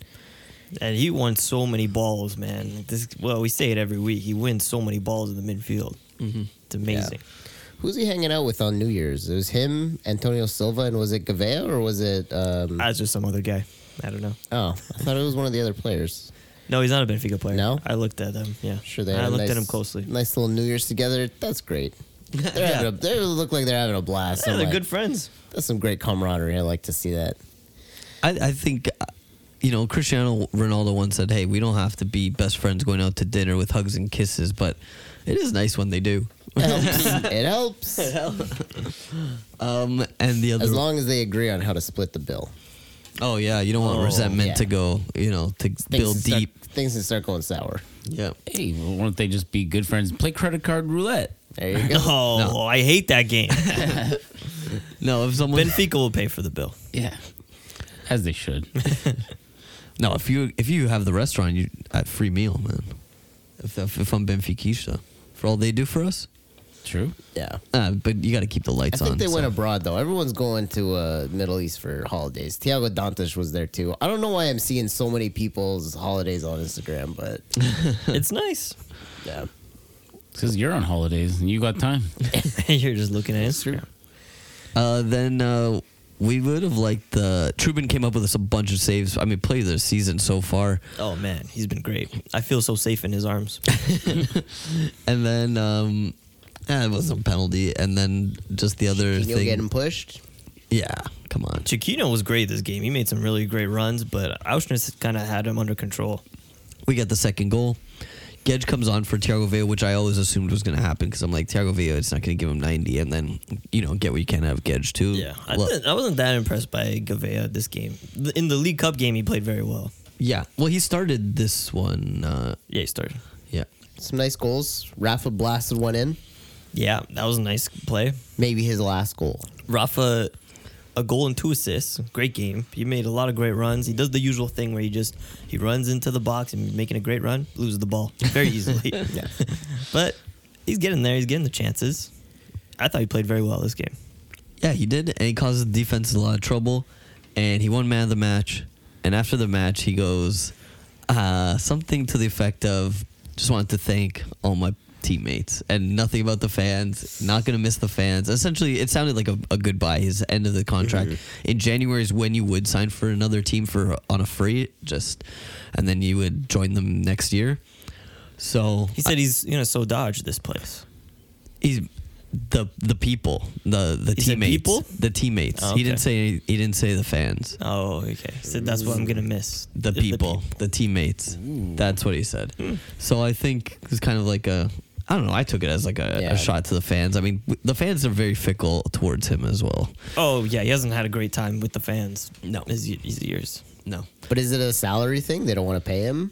[SPEAKER 4] And he won so many balls, man. Like this, well, we say it every week. He wins so many balls in the midfield. Mm-hmm. It's amazing.
[SPEAKER 3] Who's he hanging out with on New Year's? It was him, Antonio Silva, and was it Gavea or was it? Um,
[SPEAKER 4] That's Ah, just some other guy. I don't know.
[SPEAKER 3] oh, I thought it was one of the other players.
[SPEAKER 4] No, he's not a Benfica player.
[SPEAKER 3] No?
[SPEAKER 4] I looked at them. Yeah,
[SPEAKER 3] Sure, they.
[SPEAKER 4] I
[SPEAKER 3] had a
[SPEAKER 4] looked at
[SPEAKER 3] nice-
[SPEAKER 4] him closely.
[SPEAKER 3] Nice little New Year's together. That's great. They're having a, they look like they're having a blast.
[SPEAKER 4] Yeah,
[SPEAKER 3] I'm <laughs>
[SPEAKER 4] they're
[SPEAKER 3] like,
[SPEAKER 4] good friends.
[SPEAKER 3] That's some great camaraderie. I like to see that.
[SPEAKER 1] I, I think uh, you know, Cristiano Ronaldo once said, "Hey, we don't have to be best friends going out to dinner with hugs and kisses, but it is nice when they do."
[SPEAKER 3] It helps. it helps.
[SPEAKER 1] Um, and the other,
[SPEAKER 3] As long as they agree on how to split the bill.
[SPEAKER 1] oh yeah, you don't want
[SPEAKER 3] Oh,
[SPEAKER 1] resentment
[SPEAKER 3] yeah.
[SPEAKER 1] to go, you know, to
[SPEAKER 3] Things
[SPEAKER 1] build
[SPEAKER 3] can start-
[SPEAKER 1] deep.
[SPEAKER 3] things can start going sour.
[SPEAKER 1] Yeah.
[SPEAKER 2] Hey, well, why don't they just be good friends? and Play credit card roulette.
[SPEAKER 3] There
[SPEAKER 4] <laughs>
[SPEAKER 3] you go.
[SPEAKER 4] Oh,
[SPEAKER 1] No.
[SPEAKER 4] I hate that
[SPEAKER 3] <laughs>
[SPEAKER 4] game.
[SPEAKER 1] No, if someone,
[SPEAKER 4] Benfica will pay for
[SPEAKER 3] <laughs>
[SPEAKER 4] the bill.
[SPEAKER 2] Yeah, as they <laughs> should.
[SPEAKER 1] no, if you if you have the restaurant, you at free meal, man. If if, if I'm Benfica, for all they do for us,
[SPEAKER 2] True.
[SPEAKER 3] yeah.
[SPEAKER 1] uh, but you got to keep the
[SPEAKER 3] I
[SPEAKER 1] lights
[SPEAKER 3] think
[SPEAKER 1] on.
[SPEAKER 3] they
[SPEAKER 1] so-
[SPEAKER 3] went abroad though. Everyone's going to uh, Middle East for holidays. Tiago Dantas was there too. I don't know why I'm seeing so many people's holidays on Instagram, but
[SPEAKER 4] It's nice. <laughs>
[SPEAKER 3] yeah,
[SPEAKER 2] Because you're on holidays and you got <laughs> time.
[SPEAKER 4] You're just looking at Instagram.
[SPEAKER 1] Uh, then uh, we would have liked the Trubin came up with us a bunch of saves. I mean, play of the season so far,
[SPEAKER 4] Oh man, he's been great. I feel so safe in his arms.
[SPEAKER 1] and then um, eh, it was a penalty, and then just the other
[SPEAKER 3] you'll
[SPEAKER 1] thing.
[SPEAKER 3] get him pushed.
[SPEAKER 1] Yeah, come on.
[SPEAKER 4] Chiquino was great this game. He made some really great runs, but Auschwitz kind of had him under control.
[SPEAKER 1] We got the second goal. Gedge comes on for Thiago Villa, which I always assumed was going to happen because I'm like Thiago Villa, it's not going to give him 90, and then you know get what you can out of Gedge too.
[SPEAKER 4] Yeah, I,
[SPEAKER 1] Well,
[SPEAKER 4] didn't- I wasn't that impressed by Gavea this game. The- In the League Cup game, he played very well.
[SPEAKER 1] yeah. Well, he started this one. Uh,
[SPEAKER 4] Yeah, he started.
[SPEAKER 1] yeah,
[SPEAKER 3] Some nice goals. Rafa blasted one in.
[SPEAKER 4] Yeah, that was a nice play.
[SPEAKER 3] Maybe his last goal.
[SPEAKER 4] Rafa, a goal and two assists. Great game. He made a lot of great runs. He does the usual thing where he just he runs into the box and making a great run loses the ball <laughs> very easily.
[SPEAKER 3] Yeah.
[SPEAKER 4] <laughs> but he's getting there. He's getting the chances. I thought he played very well this game.
[SPEAKER 1] Yeah, he did, and he caused the defense a lot of trouble, and he won man of the match. And after the match, he goes uh, something to the effect of, "Just wanted to thank all my teammates, and nothing about the fans. Not gonna miss the fans." Essentially, it sounded like a, a goodbye. His end of the contract
[SPEAKER 4] Mm-hmm.
[SPEAKER 1] in January is when you would sign for another team for on a free, just, and then you would join them next year. So
[SPEAKER 4] He said he's you know so dodge this place.
[SPEAKER 1] he's the the people, the the
[SPEAKER 4] He said
[SPEAKER 1] teammates,
[SPEAKER 4] people?
[SPEAKER 1] the teammates.
[SPEAKER 4] Oh,
[SPEAKER 1] He didn't say he didn't say the fans,
[SPEAKER 4] Oh, okay. He said that's what I'm gonna miss.
[SPEAKER 1] the
[SPEAKER 4] Is
[SPEAKER 1] people, the teammates. That's what he said.
[SPEAKER 4] Hmm.
[SPEAKER 1] So I think it's kind of like a I don't know. I took it as like a,
[SPEAKER 3] Yeah.
[SPEAKER 1] a shot to the fans. I mean, w- the fans are very fickle towards him as well.
[SPEAKER 4] Oh yeah, he hasn't had a great time with the fans.
[SPEAKER 1] No.
[SPEAKER 4] his, y- his years.
[SPEAKER 1] No,
[SPEAKER 3] But is it a salary thing? They don't want to pay him.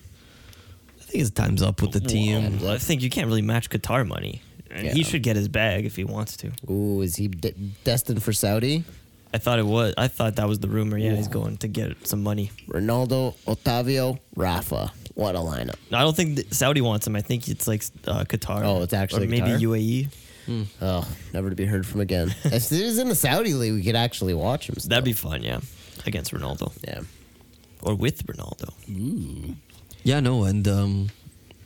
[SPEAKER 1] I think his time's up with the team.
[SPEAKER 4] Well, I think you can't really match Qatar money. And He
[SPEAKER 3] Um, Yeah.
[SPEAKER 4] should get his bag if he wants to.
[SPEAKER 3] Ooh, is he de- destined for Saudi?
[SPEAKER 4] I thought it was. I thought that was the rumor. Yeah, he's going to get some money.
[SPEAKER 3] Ronaldo, Otavio, Rafa. What a lineup!
[SPEAKER 4] No, I don't think that Saudi wants him. I think it's like uh, Qatar.
[SPEAKER 3] Oh, it's actually
[SPEAKER 4] or maybe E.
[SPEAKER 3] Qatar?
[SPEAKER 4] UAE.
[SPEAKER 3] Oh, never to be heard from again. if he was in the Saudi league, we could actually watch him.
[SPEAKER 4] That'd be
[SPEAKER 3] still.
[SPEAKER 4] fun. Yeah, against Ronaldo
[SPEAKER 3] yeah.
[SPEAKER 4] or with Ronaldo.
[SPEAKER 1] Yeah, no, and um,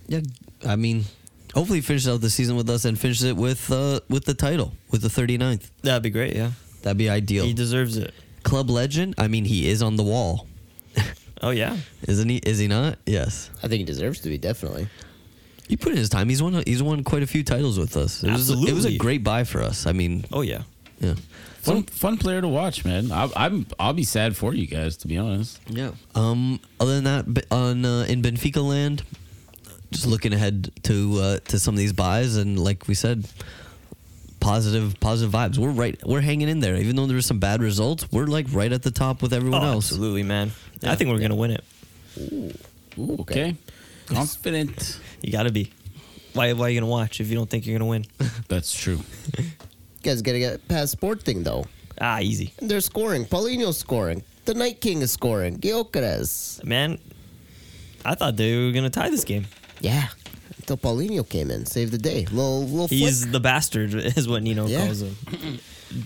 [SPEAKER 1] yeah, I mean, hopefully he finishes out the season with us and finishes it with uh with the title with the 39th.
[SPEAKER 4] That'd be great. Yeah,
[SPEAKER 1] That'd be ideal.
[SPEAKER 4] he deserves it.
[SPEAKER 1] Club legend. I mean, he is on the wall.
[SPEAKER 4] Oh yeah,
[SPEAKER 1] Isn't he? Is he not? Yes.
[SPEAKER 3] I think he deserves to be definitely.
[SPEAKER 1] He put in his time. He's won. He's won quite a few titles with us. It was, it was a
[SPEAKER 4] Absolutely.
[SPEAKER 1] great buy for us. I mean,
[SPEAKER 4] oh yeah.
[SPEAKER 1] yeah,
[SPEAKER 2] Fun, fun player to watch, man. I, I'm I'll be sad for you guys, to be honest.
[SPEAKER 1] yeah. Um, other than that, b- on uh, in Benfica land, just looking ahead to uh, to some of these buys, and like we said, positive positive vibes. We're right. We're hanging in there, even though there were some bad results. We're like right at the top with everyone
[SPEAKER 4] Oh,
[SPEAKER 1] else.
[SPEAKER 4] absolutely, man. I think we're gonna win it.
[SPEAKER 2] Ooh, okay. Confident.
[SPEAKER 4] You gotta be. Why? Why are you gonna watch if you don't think you're gonna win?
[SPEAKER 2] That's true.
[SPEAKER 3] You guys gotta get past sport thing though.
[SPEAKER 4] ah, easy,
[SPEAKER 3] And they're scoring. Paulinho's scoring. The Night King is scoring. Gyökeres.
[SPEAKER 4] man. I thought they were gonna tie this game.
[SPEAKER 3] Yeah. Until Paulinho came in, saved the day. Little little
[SPEAKER 4] He's
[SPEAKER 3] flick.
[SPEAKER 4] the bastard, <laughs> is what Nino
[SPEAKER 3] Yeah.
[SPEAKER 4] calls him.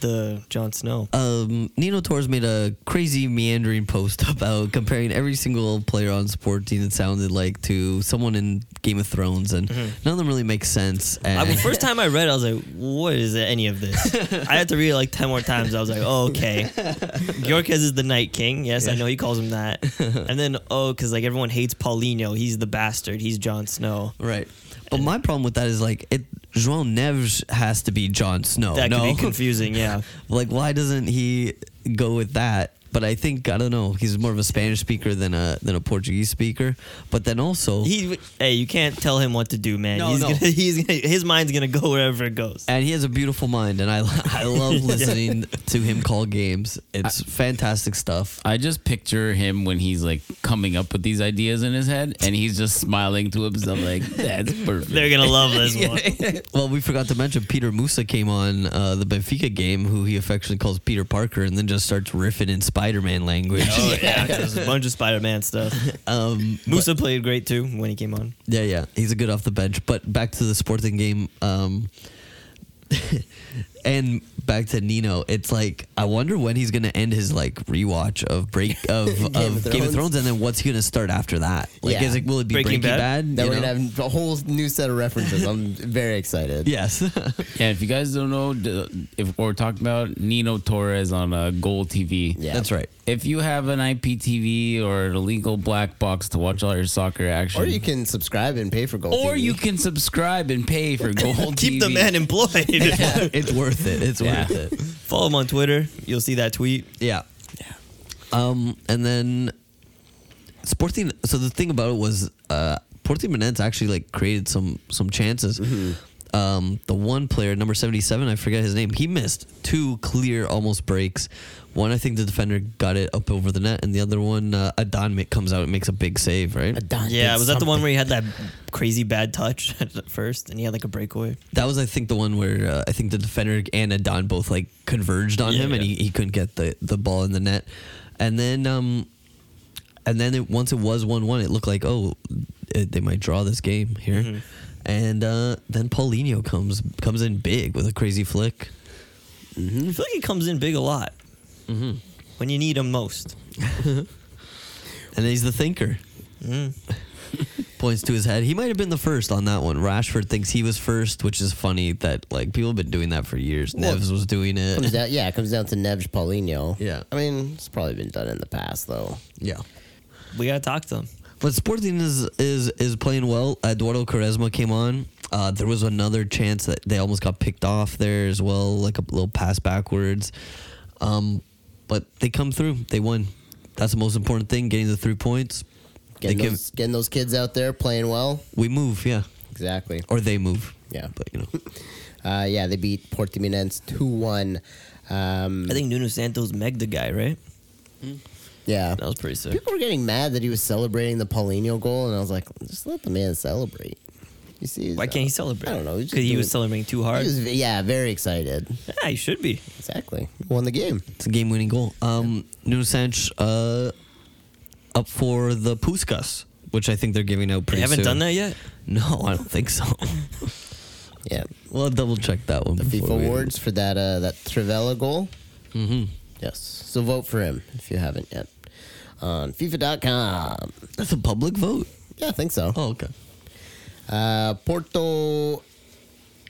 [SPEAKER 4] The Jon Snow.
[SPEAKER 1] um, Nino Torres made a crazy meandering post <laughs> about comparing every single player on support team that sounded like to someone in Game of Thrones, and none of them really make sense. And
[SPEAKER 4] Mm-hmm. I, the first time I read, it, I was like, "What is any of this?" I had to read it like ten more times. I was like, "Oh, okay." Yorkes is the Night King. Yes, I know he calls him that. And then, oh, because like everyone hates Paulinho. He's the bastard. He's Jon Snow.
[SPEAKER 1] <laughs> right, but my problem with that is like it. Joan Neves has to be Jon Snow.
[SPEAKER 4] That
[SPEAKER 1] Oh, no, <laughs>
[SPEAKER 4] could be confusing. Yeah,
[SPEAKER 1] like why doesn't he go with that? But I think I don't know. He's more of a Spanish speaker than a than a Portuguese speaker. But then also,
[SPEAKER 4] He, hey, you can't tell him what to do, man.
[SPEAKER 1] No,
[SPEAKER 4] he's
[SPEAKER 1] no.
[SPEAKER 4] Gonna, <laughs> he's gonna, his mind's gonna go wherever it goes.
[SPEAKER 1] and he has a beautiful mind, and I <laughs> I
[SPEAKER 4] <laughs>
[SPEAKER 1] love listening to him call games. It's fantastic stuff.
[SPEAKER 2] I just picture him when he's like coming up with these ideas in his head, and he's just smiling to himself like, <laughs> "That's perfect."
[SPEAKER 4] They're gonna
[SPEAKER 3] <laughs>
[SPEAKER 4] love this one.
[SPEAKER 1] <laughs> well, we forgot to mention Peter Musa came on uh, the Benfica game, who he affectionately calls Peter Parker, and then just starts riffing in Spider-Man language.
[SPEAKER 4] Oh yeah, there's a bunch of
[SPEAKER 3] <laughs>
[SPEAKER 4] Spider-Man stuff.
[SPEAKER 1] <laughs> Um,
[SPEAKER 4] Musa played great too when he came on.
[SPEAKER 1] Yeah, yeah, he's a good off the bench. But back to the Sporting game, um, <laughs> and back to Nino. It's like I wonder when he's gonna end his like rewatch of
[SPEAKER 3] <laughs>
[SPEAKER 1] break of, of,
[SPEAKER 3] Game of
[SPEAKER 1] Game of
[SPEAKER 3] Thrones.
[SPEAKER 1] Thrones, and then what's he gonna start after that? Like,
[SPEAKER 3] Yeah.
[SPEAKER 1] is it will it be Breaking,
[SPEAKER 4] Breaking
[SPEAKER 1] Bad?
[SPEAKER 4] Bad?
[SPEAKER 3] That
[SPEAKER 1] you
[SPEAKER 3] we're
[SPEAKER 1] know?
[SPEAKER 3] gonna have a whole new set of references. I'm <laughs> very excited.
[SPEAKER 1] yes, <laughs>
[SPEAKER 2] Yeah, if you guys don't know, d- if we're talking about Nino Torres on uh, Goal TV,
[SPEAKER 3] Yeah.
[SPEAKER 1] that's right.
[SPEAKER 2] if you have an IPTV or an illegal black box to watch all your soccer action,
[SPEAKER 3] Or you can subscribe and pay for Gold.
[SPEAKER 2] or
[SPEAKER 3] TV.
[SPEAKER 2] you can subscribe and pay
[SPEAKER 3] <laughs>
[SPEAKER 2] for Gold
[SPEAKER 4] Keep
[SPEAKER 2] TV.
[SPEAKER 4] the man employed.
[SPEAKER 1] It's worth it. It's
[SPEAKER 2] Yeah.
[SPEAKER 1] worth it.
[SPEAKER 4] Follow him on Twitter. You'll see that tweet.
[SPEAKER 1] Yeah. Um, and then Sporting. So the thing about it was, uh, Portimonense actually like created some some chances. Um, the one player, number seventy-seven, I forget his name. He missed two clear almost breaks. One, I think the defender got it up over the net, and the other one, uh, Adon ma- comes out and makes a big save. Right.
[SPEAKER 3] Adan
[SPEAKER 4] Yeah,
[SPEAKER 3] did
[SPEAKER 4] was that the one
[SPEAKER 3] something.
[SPEAKER 4] where he had that crazy bad touch <laughs> at first, and he had like a breakaway?
[SPEAKER 1] That was, I think, the one where uh, I think the defender and Adon both like converged on
[SPEAKER 4] Yeah,
[SPEAKER 1] him, and he,
[SPEAKER 4] yeah.
[SPEAKER 1] he couldn't get the, the ball in the net. And then, um, and then it, once it was one one, it looked like oh, it, they might draw this game here.
[SPEAKER 4] Mm-hmm.
[SPEAKER 1] And uh, then Paulinho comes comes in big with a crazy flick.
[SPEAKER 4] I feel like he comes in big a lot
[SPEAKER 3] Mm-hmm.
[SPEAKER 4] when you need him most.
[SPEAKER 1] And he's the thinker.
[SPEAKER 4] Mm.
[SPEAKER 1] <laughs> Points to his head. He might have been the first on that one. Rashford thinks he was first, which is funny that like people have been doing that for years.
[SPEAKER 3] Well,
[SPEAKER 1] Neves was doing
[SPEAKER 3] Comes
[SPEAKER 1] it.
[SPEAKER 3] down, yeah, it comes down to Neves Paulinho.
[SPEAKER 1] Yeah.
[SPEAKER 3] I mean, it's probably been done in the past though.
[SPEAKER 1] Yeah.
[SPEAKER 4] We gotta talk to him.
[SPEAKER 1] But Sporting is is is playing well. Eduardo Quaresma came on. Uh, there was another chance that they almost got picked off there as well, like a little pass backwards. Um, but they come through. They won. That's the most important thing. Getting the three points. They
[SPEAKER 3] Getting
[SPEAKER 1] give-
[SPEAKER 3] those, getting those kids out there playing well.
[SPEAKER 1] we move, yeah,
[SPEAKER 3] Exactly.
[SPEAKER 1] or they move,
[SPEAKER 3] Yeah.
[SPEAKER 1] But
[SPEAKER 4] <laughs>
[SPEAKER 1] you know,
[SPEAKER 3] Uh, yeah, they beat Portimonense two one. Um,
[SPEAKER 4] I think Nuno Santos megged the guy, right?
[SPEAKER 3] yeah.
[SPEAKER 4] That was pretty sick.
[SPEAKER 3] People were getting mad that he was celebrating the Paulinho goal, and I was like, just let the man celebrate. You see,
[SPEAKER 4] Why can't he celebrate?
[SPEAKER 3] I don't know. He's just
[SPEAKER 4] Because he was
[SPEAKER 3] doing-
[SPEAKER 4] celebrating too
[SPEAKER 3] He
[SPEAKER 4] hard.
[SPEAKER 3] was, v- yeah, very excited.
[SPEAKER 4] yeah, he should be.
[SPEAKER 3] Exactly. He Won the game.
[SPEAKER 1] it's a game-winning goal. Um, Nuno Sanch, uh, up for the Puskas, which I think they're giving out
[SPEAKER 4] They
[SPEAKER 1] pretty.
[SPEAKER 4] haven't
[SPEAKER 1] soon.
[SPEAKER 4] done that yet.
[SPEAKER 1] <laughs> No, I don't
[SPEAKER 4] <laughs>
[SPEAKER 1] think so.
[SPEAKER 3] Yeah.
[SPEAKER 1] we'll double check that one.
[SPEAKER 3] The FIFA awards for that uh, that Travella goal.
[SPEAKER 1] Mm-hmm.
[SPEAKER 3] Yes. So vote for him if you haven't yet on FIFA.com.
[SPEAKER 1] That's a public vote.
[SPEAKER 3] Yeah, I think so.
[SPEAKER 1] Oh, okay.
[SPEAKER 3] Uh, Porto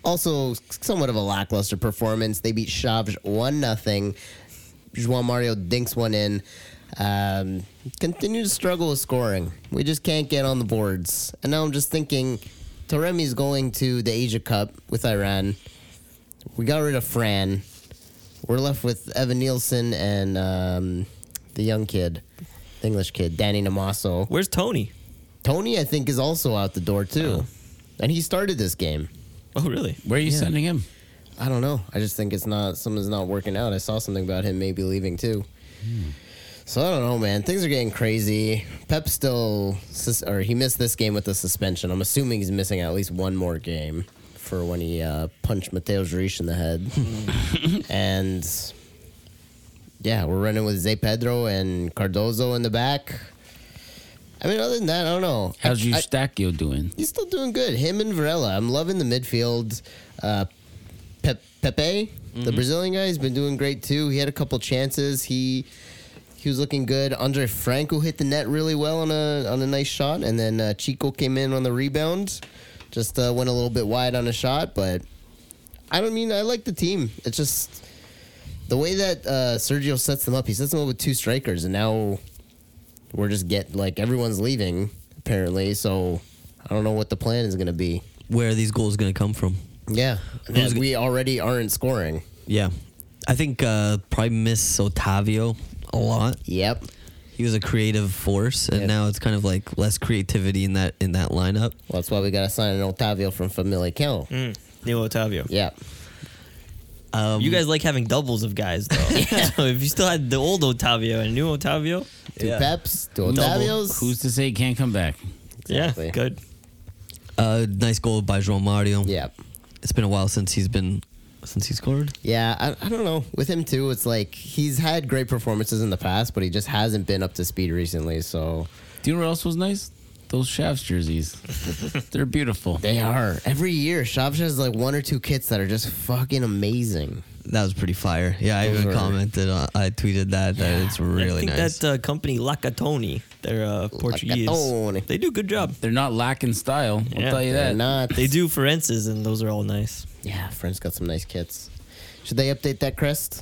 [SPEAKER 3] also somewhat of a lackluster performance. They beat Chaves 1 0. João Mario dinks one in. Um, continue to struggle with scoring. We just can't get on the boards. And now I'm just thinking Taremi's going to the Asia Cup with Iran. We got rid of Fran. We're left with Evan Nielsen and um, the young kid, the English kid, Danny Namasso.
[SPEAKER 4] Where's Tony?
[SPEAKER 3] Tony, I think, is also out the door too, and he started this game.
[SPEAKER 4] Oh, really?
[SPEAKER 2] Where are you sending him?
[SPEAKER 3] I don't know. I just think it's not something's not working out. I saw something about him maybe leaving too. Hmm. So I don't know, man. Things are getting crazy. Pep still, sus- or he missed this game with a suspension. I'm assuming he's missing at least one more game for when he uh, punched Mateo Juric in the <laughs> head. and yeah, we're running with Zay Pedro and Cardozo in the back. I mean, other than that, I don't know. I-
[SPEAKER 2] How's your
[SPEAKER 3] I-
[SPEAKER 2] Stacchio doing?
[SPEAKER 3] He's still doing good. Him and Varela. I'm loving the midfield. Uh, Pe- Pepe, the Brazilian guy, has been doing great too. He had a couple chances. He he was looking good. Andre Franco hit the net really well on a on a nice shot, and then uh, Chico came in on the rebound. Just uh, went a little bit wide on a shot, but I don't mean I like the team. It's just the way that uh, Sergio sets them up. He sets them up with two strikers, and now we're just get like everyone's leaving apparently. So I don't know what the plan is going to be.
[SPEAKER 1] Where are these goals going to come from?
[SPEAKER 3] Yeah, because we already aren't scoring.
[SPEAKER 1] Yeah. I think uh, probably miss Otavio. a lot.
[SPEAKER 3] Yep.
[SPEAKER 1] He was a creative force, and
[SPEAKER 3] Yeah.
[SPEAKER 1] now it's kind of like less creativity in that in that lineup.
[SPEAKER 3] Well, that's why we got to sign an Otavio from Familia Kill.
[SPEAKER 4] Mm, Neil Otavio.
[SPEAKER 3] Yeah.
[SPEAKER 1] Um,
[SPEAKER 4] You guys like having doubles of guys, though.
[SPEAKER 1] <laughs>
[SPEAKER 4] so if you still had the old Otavio and new Otavio,
[SPEAKER 3] Two
[SPEAKER 1] Yeah.
[SPEAKER 3] Peps, two
[SPEAKER 2] Double.
[SPEAKER 3] Otavios.
[SPEAKER 2] Who's to say he can't come back?
[SPEAKER 4] yeah,
[SPEAKER 3] Exactly.
[SPEAKER 4] good.
[SPEAKER 1] uh, nice goal by João Mario.
[SPEAKER 3] Yep.
[SPEAKER 1] it's been a while since he's been since he scored.
[SPEAKER 3] Yeah, I, I don't know. With him too, it's like he's had great performances in the past, but he just hasn't been up to speed recently. So
[SPEAKER 2] Do you know what else was nice? Those Shavs
[SPEAKER 3] <laughs>
[SPEAKER 2] jerseys. They're beautiful.
[SPEAKER 3] they are every year. Shabsha has like one or two kits that are just fucking amazing.
[SPEAKER 1] That was pretty fire. Yeah, I
[SPEAKER 3] Those
[SPEAKER 1] even
[SPEAKER 3] are-
[SPEAKER 1] commented. On, I tweeted that. That it's really
[SPEAKER 4] I think
[SPEAKER 1] nice.
[SPEAKER 4] that uh, company Lacatoni, they're uh, Portuguese.
[SPEAKER 3] Lacatoni.
[SPEAKER 4] They do good job.
[SPEAKER 2] They're not lacking style. I'll
[SPEAKER 4] Yeah,
[SPEAKER 2] tell you
[SPEAKER 3] They're
[SPEAKER 2] that.
[SPEAKER 3] not.
[SPEAKER 4] They do Ferences, and those are all nice.
[SPEAKER 3] Yeah, French got some nice kits. Should they update that crest?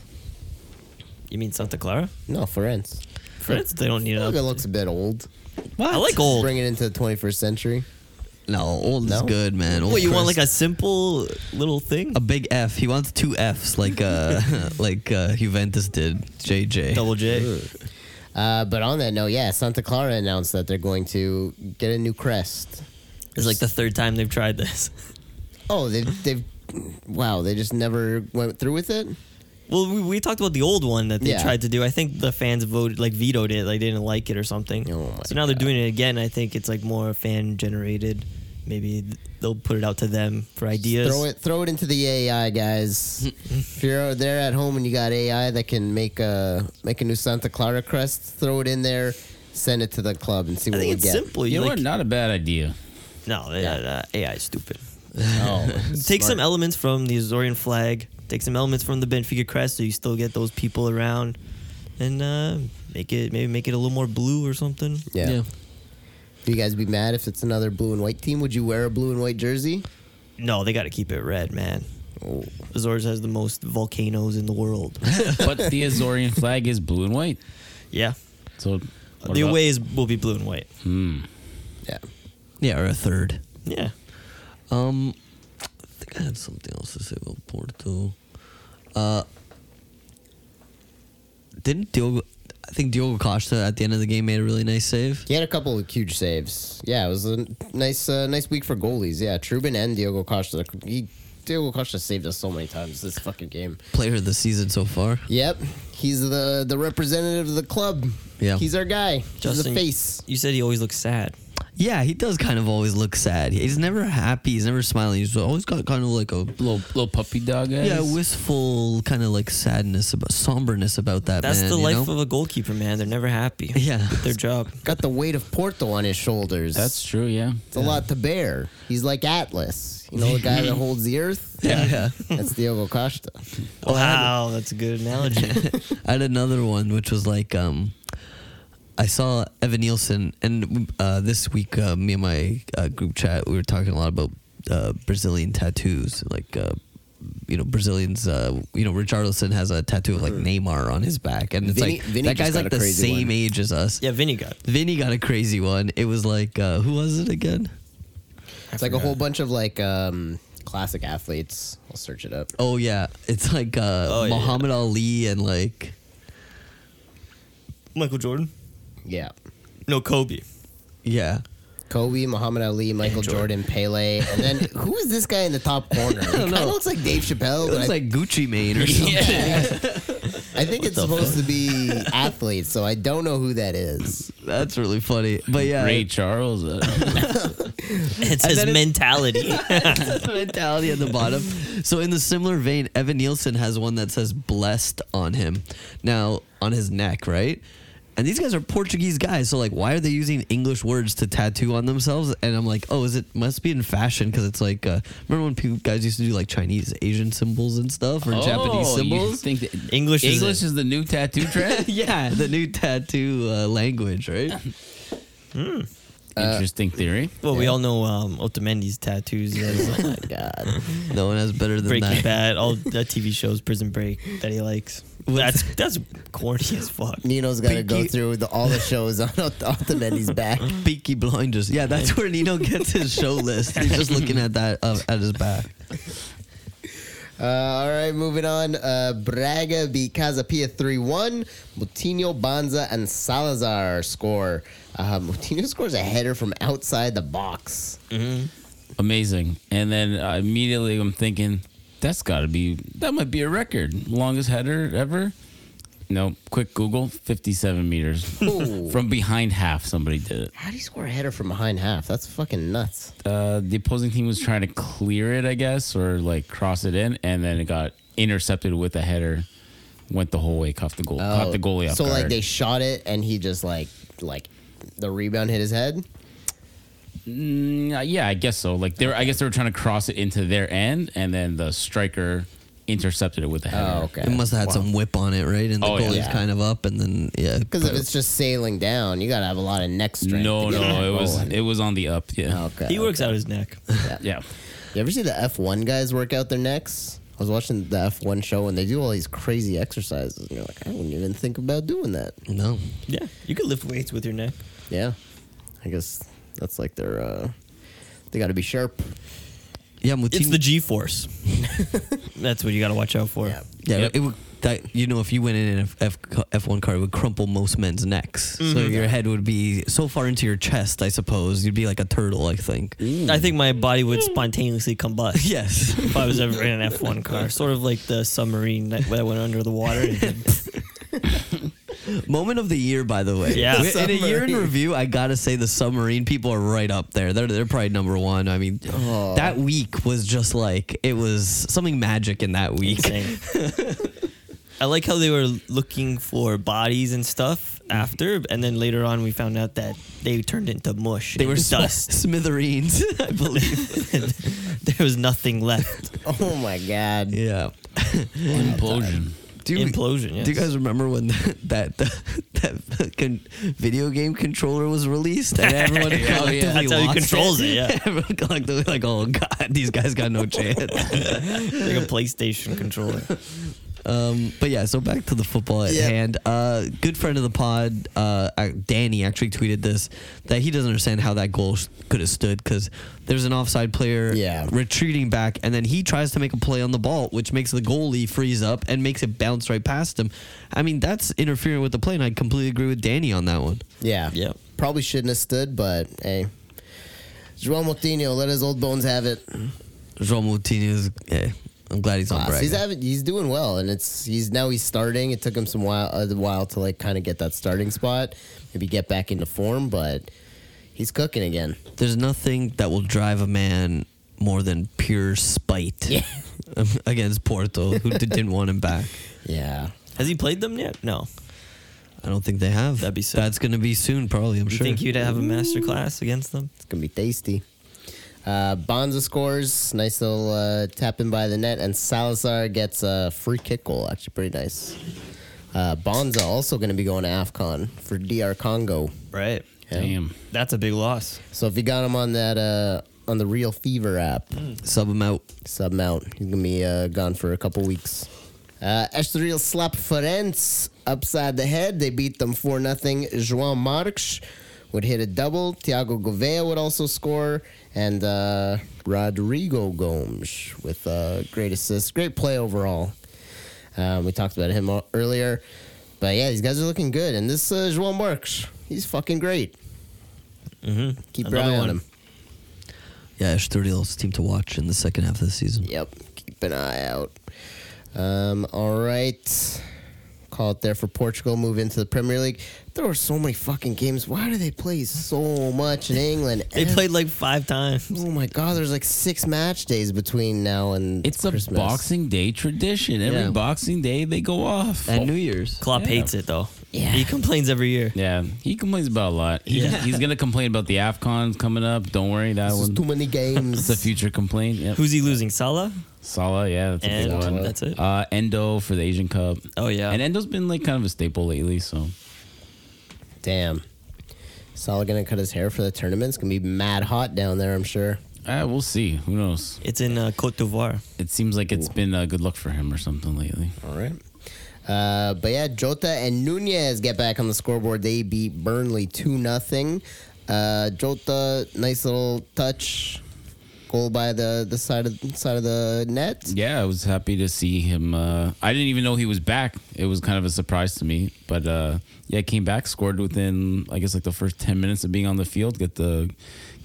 [SPEAKER 4] You mean Santa Clara?
[SPEAKER 3] No, Ferenc.
[SPEAKER 4] Ferences, they don't need
[SPEAKER 3] Yeah.
[SPEAKER 4] an
[SPEAKER 3] Logo
[SPEAKER 4] update.
[SPEAKER 3] looks a bit old.
[SPEAKER 4] I like old.
[SPEAKER 3] Bring it into the 21st century.
[SPEAKER 1] no, old is
[SPEAKER 3] No?
[SPEAKER 1] good, man. Old
[SPEAKER 4] What you want,
[SPEAKER 1] Chris-
[SPEAKER 4] like a simple little thing?
[SPEAKER 1] a big F. He wants two Fs, like uh, <laughs> like uh, Juventus did. JJ.
[SPEAKER 4] Double J.
[SPEAKER 3] Uh, but on that note, yeah, Santa Clara announced that they're going to get a new crest.
[SPEAKER 4] It's like the third time they've tried this.
[SPEAKER 3] Oh, they, they've. Wow, they just never went through with it?
[SPEAKER 4] Well, we, we talked about the old one that they
[SPEAKER 3] Yeah.
[SPEAKER 4] tried to do. I think the fans voted, like vetoed it, like they didn't like it or something.
[SPEAKER 3] Oh my
[SPEAKER 4] so now
[SPEAKER 3] God.
[SPEAKER 4] they're doing it again. I think it's like more fan generated. Maybe th- they'll put it out to them for ideas.
[SPEAKER 3] Throw it, throw it into the AI,
[SPEAKER 4] <laughs>
[SPEAKER 3] guys. if you're out there at home and you got AI that can make a make a new Santa Clara crest, throw it in there, send it to the club, and see
[SPEAKER 4] I
[SPEAKER 3] what
[SPEAKER 4] think
[SPEAKER 3] we
[SPEAKER 4] it's
[SPEAKER 3] get.
[SPEAKER 4] simple.
[SPEAKER 2] You
[SPEAKER 4] You
[SPEAKER 2] know
[SPEAKER 4] like,
[SPEAKER 2] what? Not a bad idea.
[SPEAKER 4] no, yeah, uh, AI
[SPEAKER 3] <laughs>
[SPEAKER 4] is stupid.
[SPEAKER 2] <laughs>
[SPEAKER 3] Oh,
[SPEAKER 4] Take
[SPEAKER 3] smart.
[SPEAKER 4] some elements from the Azorian flag. Take some elements from the Benfica crest, so you still get those people around, and uh, make it maybe make it a little more blue or something.
[SPEAKER 3] Yeah. Do you guys be mad if it's another blue and white team? Would you wear a blue and white jersey?
[SPEAKER 4] No, they got to keep it red, man.
[SPEAKER 3] Oh.
[SPEAKER 4] Azores has the most volcanoes in the world.
[SPEAKER 2] But the Azorean flag is blue and white.
[SPEAKER 4] yeah,
[SPEAKER 2] So what
[SPEAKER 4] the
[SPEAKER 2] about-
[SPEAKER 4] away is will be blue and white.
[SPEAKER 2] Hmm.
[SPEAKER 3] Yeah.
[SPEAKER 1] Yeah, or a third.
[SPEAKER 4] Yeah.
[SPEAKER 1] Um, I think I had something else to say about Porto. Uh, didn't Diogo? I think Diogo Costa at the end of the game made a really nice save.
[SPEAKER 3] He had a couple of huge saves. Yeah, it was a nice, uh, nice week for goalies. Yeah, Trubin and Diogo Costa. He, Diogo Costa saved us so many times this fucking game.
[SPEAKER 1] Player of the season so far.
[SPEAKER 3] Yep, he's the the representative of the club.
[SPEAKER 1] Yeah.
[SPEAKER 3] he's our guy. Just the face.
[SPEAKER 4] You said he always looks sad.
[SPEAKER 1] Yeah, he does kind of always look sad. He's never happy. He's never smiling. He's always got kind of like a
[SPEAKER 2] Little little puppy dog eyes.
[SPEAKER 1] yeah wistful kind of like sadness about somberness about that.
[SPEAKER 4] That's
[SPEAKER 1] man,
[SPEAKER 4] the
[SPEAKER 1] you
[SPEAKER 4] life
[SPEAKER 1] know?
[SPEAKER 4] of a goalkeeper, man. They're never happy.
[SPEAKER 1] <laughs> Yeah.
[SPEAKER 4] With their job.
[SPEAKER 3] Got the weight of Porto on his shoulders.
[SPEAKER 2] That's true. Yeah.
[SPEAKER 3] it's a lot to bear. He's like Atlas. You know,
[SPEAKER 1] <laughs>
[SPEAKER 3] the guy that holds the earth.
[SPEAKER 1] <laughs> yeah. yeah.
[SPEAKER 3] That's Diogo Costa.
[SPEAKER 4] Wow, that's a
[SPEAKER 1] <laughs>
[SPEAKER 4] good analogy.
[SPEAKER 1] I had another one, which was like, um, I saw Evan Nielsen, and uh, this week, uh, me and my uh, group chat, we were talking a lot about uh, Brazilian tattoos. Like, uh, you know, Brazilians, uh, you know, Richarlison has a tattoo of like Neymar on his back. And it's
[SPEAKER 3] Mm-hmm. Vinny-
[SPEAKER 1] like,
[SPEAKER 3] Vinny
[SPEAKER 1] that
[SPEAKER 3] just
[SPEAKER 1] guy's
[SPEAKER 3] got
[SPEAKER 1] like
[SPEAKER 3] a
[SPEAKER 1] the
[SPEAKER 3] crazy
[SPEAKER 1] same
[SPEAKER 3] one.
[SPEAKER 1] age as us.
[SPEAKER 4] yeah, Vinny got.
[SPEAKER 1] Vinny got a crazy one. It was like, uh, who was it again?
[SPEAKER 3] It's like a whole bunch of like um, classic athletes. I'll search it up.
[SPEAKER 1] Oh, yeah. It's like uh,
[SPEAKER 4] Oh, yeah,
[SPEAKER 1] Muhammad Ali and like.
[SPEAKER 4] Michael Jordan?
[SPEAKER 3] Yeah.
[SPEAKER 1] <laughs>
[SPEAKER 4] No, Kobe.
[SPEAKER 1] Yeah,
[SPEAKER 3] Kobe, Muhammad Ali, Michael Jordan.
[SPEAKER 4] Jordan.
[SPEAKER 3] Pele, and then who is this guy in the top corner? I
[SPEAKER 1] don't know.
[SPEAKER 3] looks like Dave Chappelle.
[SPEAKER 1] it
[SPEAKER 3] but
[SPEAKER 1] was
[SPEAKER 3] I-
[SPEAKER 1] like Gucci
[SPEAKER 3] <laughs>
[SPEAKER 1] Mane or something.
[SPEAKER 3] I think it's supposed to be athletes, so I don't know who that is.
[SPEAKER 1] That's really funny. But yeah,
[SPEAKER 2] Ray Charles. uh,
[SPEAKER 4] It's
[SPEAKER 1] And
[SPEAKER 4] his
[SPEAKER 1] then it- <laughs>
[SPEAKER 4] mentality. <laughs>
[SPEAKER 1] that's <laughs> the mentality at the bottom. So in the similar vein, Evan Nielsen has one that says blessed on him. Now, on his neck, right? And these guys are Portuguese guys, so like why are they using English words to tattoo on themselves? And I'm like, "Oh, is it must be in fashion because it's like uh, remember when people guys used to do like Chinese Asian symbols and stuff or Japanese
[SPEAKER 2] <laughs> oh, you
[SPEAKER 1] symbols?" <laughs>
[SPEAKER 2] think that-
[SPEAKER 4] English is
[SPEAKER 2] English
[SPEAKER 4] it.
[SPEAKER 2] is the new <laughs> tattoo trend.
[SPEAKER 1] yeah, the new tattoo uh, language,
[SPEAKER 2] <laughs>
[SPEAKER 1] right?
[SPEAKER 2] Uh, Interesting theory.
[SPEAKER 4] Well, we all know um,
[SPEAKER 1] <laughs>
[SPEAKER 4] Otamendi's tattoos. As, uh,
[SPEAKER 3] God.
[SPEAKER 1] No one has better than
[SPEAKER 4] Breaking
[SPEAKER 1] that. <laughs>
[SPEAKER 4] Bad, all the TV shows, Prison Break that he likes. That's <laughs> that's corny as fuck.
[SPEAKER 3] Nino's got to go
[SPEAKER 1] Pinky-
[SPEAKER 3] through the, all the shows on <laughs> Otamendi's back.
[SPEAKER 1] <laughs> Peaky Blinders. Yeah, that's where Nino gets his show list. He's just looking at that uh, at his back.
[SPEAKER 3] Uh, all right, moving on. Uh, Braga beat Casapia 3 1. Moutinho, Banza, and Salazar score. Uh, Moutinho scores a header from outside the box.
[SPEAKER 2] Amazing. And then uh, immediately I'm thinking, that's got to be, that might be a record. Longest header ever. No, quick Google, 57 meters.
[SPEAKER 3] Ooh.
[SPEAKER 2] From behind half, somebody did it.
[SPEAKER 3] How do you score a header from behind half? That's fucking nuts.
[SPEAKER 2] Uh, the opposing team was trying to clear it, I guess, or like cross it in, and then it got intercepted with a header. Went the whole way, caught the goal, caught the goalie off
[SPEAKER 3] Oh, So, like,
[SPEAKER 2] guard.
[SPEAKER 3] they shot it and he just, like, like the rebound hit his head?
[SPEAKER 2] Mm, yeah, I guess so. Like they were, I guess they were trying to cross it into their end, and then the striker intercepted it with a header.
[SPEAKER 3] Oh, okay.
[SPEAKER 1] It must have had some whip on it, right? And the
[SPEAKER 2] Oh, yeah.
[SPEAKER 1] goalie's
[SPEAKER 3] Yeah.
[SPEAKER 1] kind of up, and then yeah.
[SPEAKER 3] Because if it's just sailing down, you got to have a lot of neck strength.
[SPEAKER 2] No,
[SPEAKER 3] to get
[SPEAKER 2] no,
[SPEAKER 3] that <laughs>
[SPEAKER 2] it was
[SPEAKER 3] rolling.
[SPEAKER 2] it was on the up. Yeah,
[SPEAKER 3] Oh. Okay.
[SPEAKER 4] He works out
[SPEAKER 1] <laughs>
[SPEAKER 4] his neck.
[SPEAKER 2] yeah.
[SPEAKER 3] You ever see the F1 guys work out their necks? I was watching the F1 show and they do all these crazy exercises. And you're like, I wouldn't even think about doing that.
[SPEAKER 1] no.
[SPEAKER 4] Yeah, you could lift weights with your neck.
[SPEAKER 3] Yeah. I guess that's like their, uh, they got to be sharp.
[SPEAKER 1] Yeah, Moutinho.
[SPEAKER 4] It's the G force. <laughs> That's what you got to watch out for.
[SPEAKER 3] Yeah. <laughs>
[SPEAKER 1] yeah,
[SPEAKER 2] Yep.
[SPEAKER 1] it would. That, you know, if you went in an F, F, F1 car, it would crumple most men's necks. So your head would be so far into your chest, I suppose. You'd be like a turtle, I think.
[SPEAKER 4] I think
[SPEAKER 1] Mm.
[SPEAKER 4] my body would
[SPEAKER 1] <laughs>
[SPEAKER 4] spontaneously combust.
[SPEAKER 1] Yes.
[SPEAKER 4] If I was ever in an
[SPEAKER 1] <laughs>
[SPEAKER 4] F1 car, sort of like the submarine that that went under the water. and did-
[SPEAKER 1] Moment of the year, by the way.
[SPEAKER 4] Yeah.
[SPEAKER 1] We- In a year in
[SPEAKER 3] Submarine.
[SPEAKER 1] review, I gotta say the submarine people are right up there. They're they're probably number one. I mean,
[SPEAKER 3] Oh.
[SPEAKER 1] that week was just like it was something magic in that week.
[SPEAKER 4] Insane. I like how they were looking for bodies and stuff
[SPEAKER 1] Mm-hmm.
[SPEAKER 4] after, and then later on we found out that they turned into mush.
[SPEAKER 1] They
[SPEAKER 4] and
[SPEAKER 1] were
[SPEAKER 4] dust.
[SPEAKER 1] dust <laughs> smithereens, I believe.
[SPEAKER 4] <laughs> there was nothing left.
[SPEAKER 3] Oh my God.
[SPEAKER 1] yeah.
[SPEAKER 2] Implosion.
[SPEAKER 1] Do Do
[SPEAKER 4] Implosion,
[SPEAKER 1] <laughs> you
[SPEAKER 4] yes.
[SPEAKER 1] guys remember when <laughs> that that, that fucking video game controller was
[SPEAKER 4] <laughs>
[SPEAKER 1] released and <laughs> everyone collectively
[SPEAKER 4] That's how he
[SPEAKER 1] lost
[SPEAKER 4] controls it, yeah.
[SPEAKER 1] <laughs> everyone collectively like, oh god, these guys got no chance.
[SPEAKER 4] <laughs> like a PlayStation controller.
[SPEAKER 1] Um, but yeah, so back to the football at
[SPEAKER 3] Yeah.
[SPEAKER 1] hand. Uh, good friend of the pod, uh, uh, Danny, actually tweeted this that he doesn't understand how that goal sh- could have stood because there's an offside player
[SPEAKER 3] Yeah.
[SPEAKER 1] retreating back, and then he tries to make a play on the ball, which makes the goalie freeze up and makes it bounce right past him. I mean, that's interfering with the play, and I completely agree with Danny on that one.
[SPEAKER 3] Yeah.
[SPEAKER 4] Yeah.
[SPEAKER 3] Probably shouldn't have stood, but hey. Joel Moutinho, let his old bones have it.
[SPEAKER 1] João Moutinho is, eh, I'm glad he's on
[SPEAKER 3] Boss,
[SPEAKER 1] Braga.
[SPEAKER 3] he's having, he's doing well, and it's he's now he's starting. It took him some while a while to like kind of get that starting spot, maybe get back into form, but he's cooking again.
[SPEAKER 1] There's nothing that will drive a man more than pure spite <laughs> um,
[SPEAKER 3] Yeah.
[SPEAKER 1] against Porto, who d- didn't want him back.
[SPEAKER 3] Yeah,
[SPEAKER 4] Has he played them yet? No.
[SPEAKER 1] I don't think they have.
[SPEAKER 4] That'd be sick.
[SPEAKER 1] That's gonna be soon, probably. I'm
[SPEAKER 4] You
[SPEAKER 1] sure.
[SPEAKER 4] think you'd have a master class against them?
[SPEAKER 3] it's gonna be tasty. Uh, Bonza scores, nice little uh, tap in by the net, and Salazar gets a free kick goal. Actually, pretty nice. Uh, Bonza also going to be going to Afcon for DR Congo.
[SPEAKER 4] Right.
[SPEAKER 3] Yeah.
[SPEAKER 2] Damn.
[SPEAKER 4] That's a big loss.
[SPEAKER 3] So if you got him on that uh, on the Real Fever app,
[SPEAKER 1] Sub him out.
[SPEAKER 3] sub him out. He's gonna be uh, gone for a couple weeks. Uh, Estoril slap Ferenc upside the head. They beat them 4 nothing. João Marques would hit a double. Thiago Gouveia would also score. And uh, Rodrigo Gomes with a great assist. Great play overall. Um, we talked about him al- earlier. But yeah, these guys are looking good. And this uh, João Marques, he's fucking great.
[SPEAKER 4] Mm-hmm.
[SPEAKER 3] Keep your
[SPEAKER 4] Another
[SPEAKER 3] eye on
[SPEAKER 4] one.
[SPEAKER 3] him.
[SPEAKER 1] Yeah, Estoril team to watch in the second half of the season.
[SPEAKER 3] Yep. Keep an eye out. Um, all right. Call it there for Portugal. Move into the Premier League. There were so many fucking games. Why do they play so much
[SPEAKER 2] <laughs>
[SPEAKER 3] in England?
[SPEAKER 4] They
[SPEAKER 3] Ev-
[SPEAKER 4] played like five times.
[SPEAKER 3] Oh my god! There's like six match days between now and
[SPEAKER 2] It's a
[SPEAKER 3] Christmas.
[SPEAKER 2] Boxing Day tradition. Every
[SPEAKER 1] Yeah.
[SPEAKER 2] Boxing Day they go off.
[SPEAKER 1] And New Year's.
[SPEAKER 4] Klopp
[SPEAKER 2] Yeah.
[SPEAKER 4] hates it though.
[SPEAKER 3] Yeah.
[SPEAKER 4] He complains every year.
[SPEAKER 2] yeah, he complains about a lot. He,
[SPEAKER 4] Yeah.
[SPEAKER 2] He's gonna complain about the Afcons coming up. Don't worry, that
[SPEAKER 3] This is
[SPEAKER 2] one. <laughs>
[SPEAKER 3] too many
[SPEAKER 2] It's a
[SPEAKER 3] games.
[SPEAKER 2] future complaint. Yep.
[SPEAKER 4] Who's he losing? Salah?
[SPEAKER 2] Salah? Yeah, that's a big
[SPEAKER 4] And
[SPEAKER 2] one.
[SPEAKER 4] that's it.
[SPEAKER 2] Uh, Endo for the Asian Cup.
[SPEAKER 4] Oh yeah.
[SPEAKER 2] And Endo's been like kind of a staple lately, so
[SPEAKER 3] Damn. Salah gonna cut his hair for the tournament. It's gonna be mad hot down there. I'm sure.
[SPEAKER 2] uh, we'll see. Who knows?
[SPEAKER 4] it's in uh, Cote d'Ivoire.
[SPEAKER 2] It seems like it's been uh, good luck for him or something lately.
[SPEAKER 3] All right. Uh, but yeah, Jota and Nunez get back on the scoreboard. They beat Burnley 2 0. Uh, Jota, nice little touch. goal by the, the side of side of the net.
[SPEAKER 2] Yeah, I was happy to see him. Uh, I didn't even know he was back. It was kind of a surprise to me. But uh, yeah, came back, scored within, I guess, like the first 10 minutes of being on the field, get the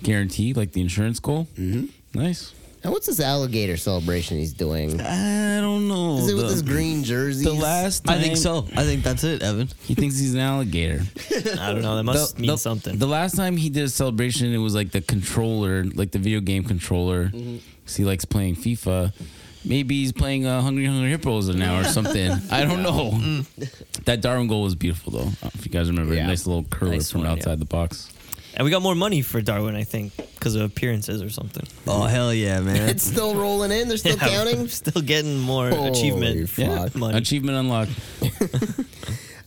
[SPEAKER 2] guarantee, like the insurance goal. Mm-hmm. Nice.
[SPEAKER 3] Now, what's this alligator celebration he's doing?
[SPEAKER 2] I don't know.
[SPEAKER 3] Is it
[SPEAKER 2] the,
[SPEAKER 3] with his green jersey?
[SPEAKER 2] the last
[SPEAKER 1] I think
[SPEAKER 2] time-
[SPEAKER 1] so. I think that's it, Evan.
[SPEAKER 2] He thinks he's an alligator.
[SPEAKER 4] I don't know. That must mean something.
[SPEAKER 2] The last time he did a celebration, it was like the controller, like the video game controller. 'cause he likes playing FIFA. Maybe he's playing uh, Hungry Hungry Hippos now or something. I don't know. that Darwin goal was beautiful though. uh, If you guys remember,
[SPEAKER 3] Yeah.
[SPEAKER 2] nice little curve
[SPEAKER 4] Nice
[SPEAKER 2] from
[SPEAKER 4] one, yeah.
[SPEAKER 2] outside the box.
[SPEAKER 4] and we got more money for Darwin, I think, because of appearances or something. <laughs>
[SPEAKER 1] Oh hell yeah, man!
[SPEAKER 3] <laughs> It's still rolling in. They're still
[SPEAKER 4] Yeah,
[SPEAKER 3] counting.
[SPEAKER 4] Still getting more
[SPEAKER 3] Holy
[SPEAKER 4] achievement
[SPEAKER 3] fuck.
[SPEAKER 4] money.
[SPEAKER 2] Achievement unlocked.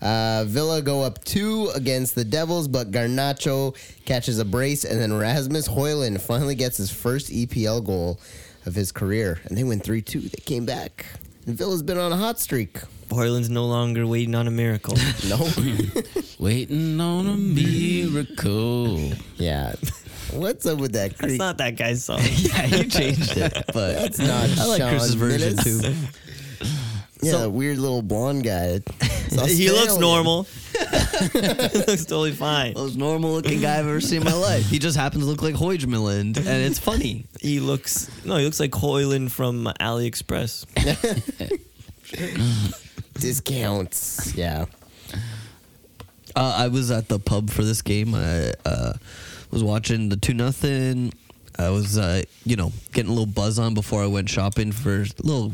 [SPEAKER 3] Uh, Villa go up two against the Devils, but Garnacho catches a brace, and then Rasmus Hoyland finally gets his first EPL goal of his career, and they win three two. They came back. And Villa's been on a hot streak.
[SPEAKER 4] Hoyland's no longer waiting on a miracle.
[SPEAKER 2] <laughs>
[SPEAKER 3] No,
[SPEAKER 2] Waiting on a miracle.
[SPEAKER 3] yeah. What's up with that
[SPEAKER 4] That's
[SPEAKER 3] creek?
[SPEAKER 4] not that guy's song.
[SPEAKER 1] yeah, you changed it, but
[SPEAKER 3] That's not
[SPEAKER 1] I like
[SPEAKER 3] Sean
[SPEAKER 1] Chris's version
[SPEAKER 3] Minnis.
[SPEAKER 1] too.
[SPEAKER 3] <laughs> Yeah, that weird little blonde guy. It's
[SPEAKER 4] <laughs> he looks
[SPEAKER 3] Australian.
[SPEAKER 4] normal. <laughs> he looks totally fine.
[SPEAKER 1] Most normal <laughs> looking guy I've ever seen in my life. He just happens to look like Hoijmiland, and it's funny.
[SPEAKER 4] He looks no, he looks like Hoyland from AliExpress.
[SPEAKER 3] Discounts. Yeah.
[SPEAKER 1] Uh, I was at the pub for this game. I uh, was watching the two nothing. I was, uh, you know, getting a little buzz on before I went shopping for a little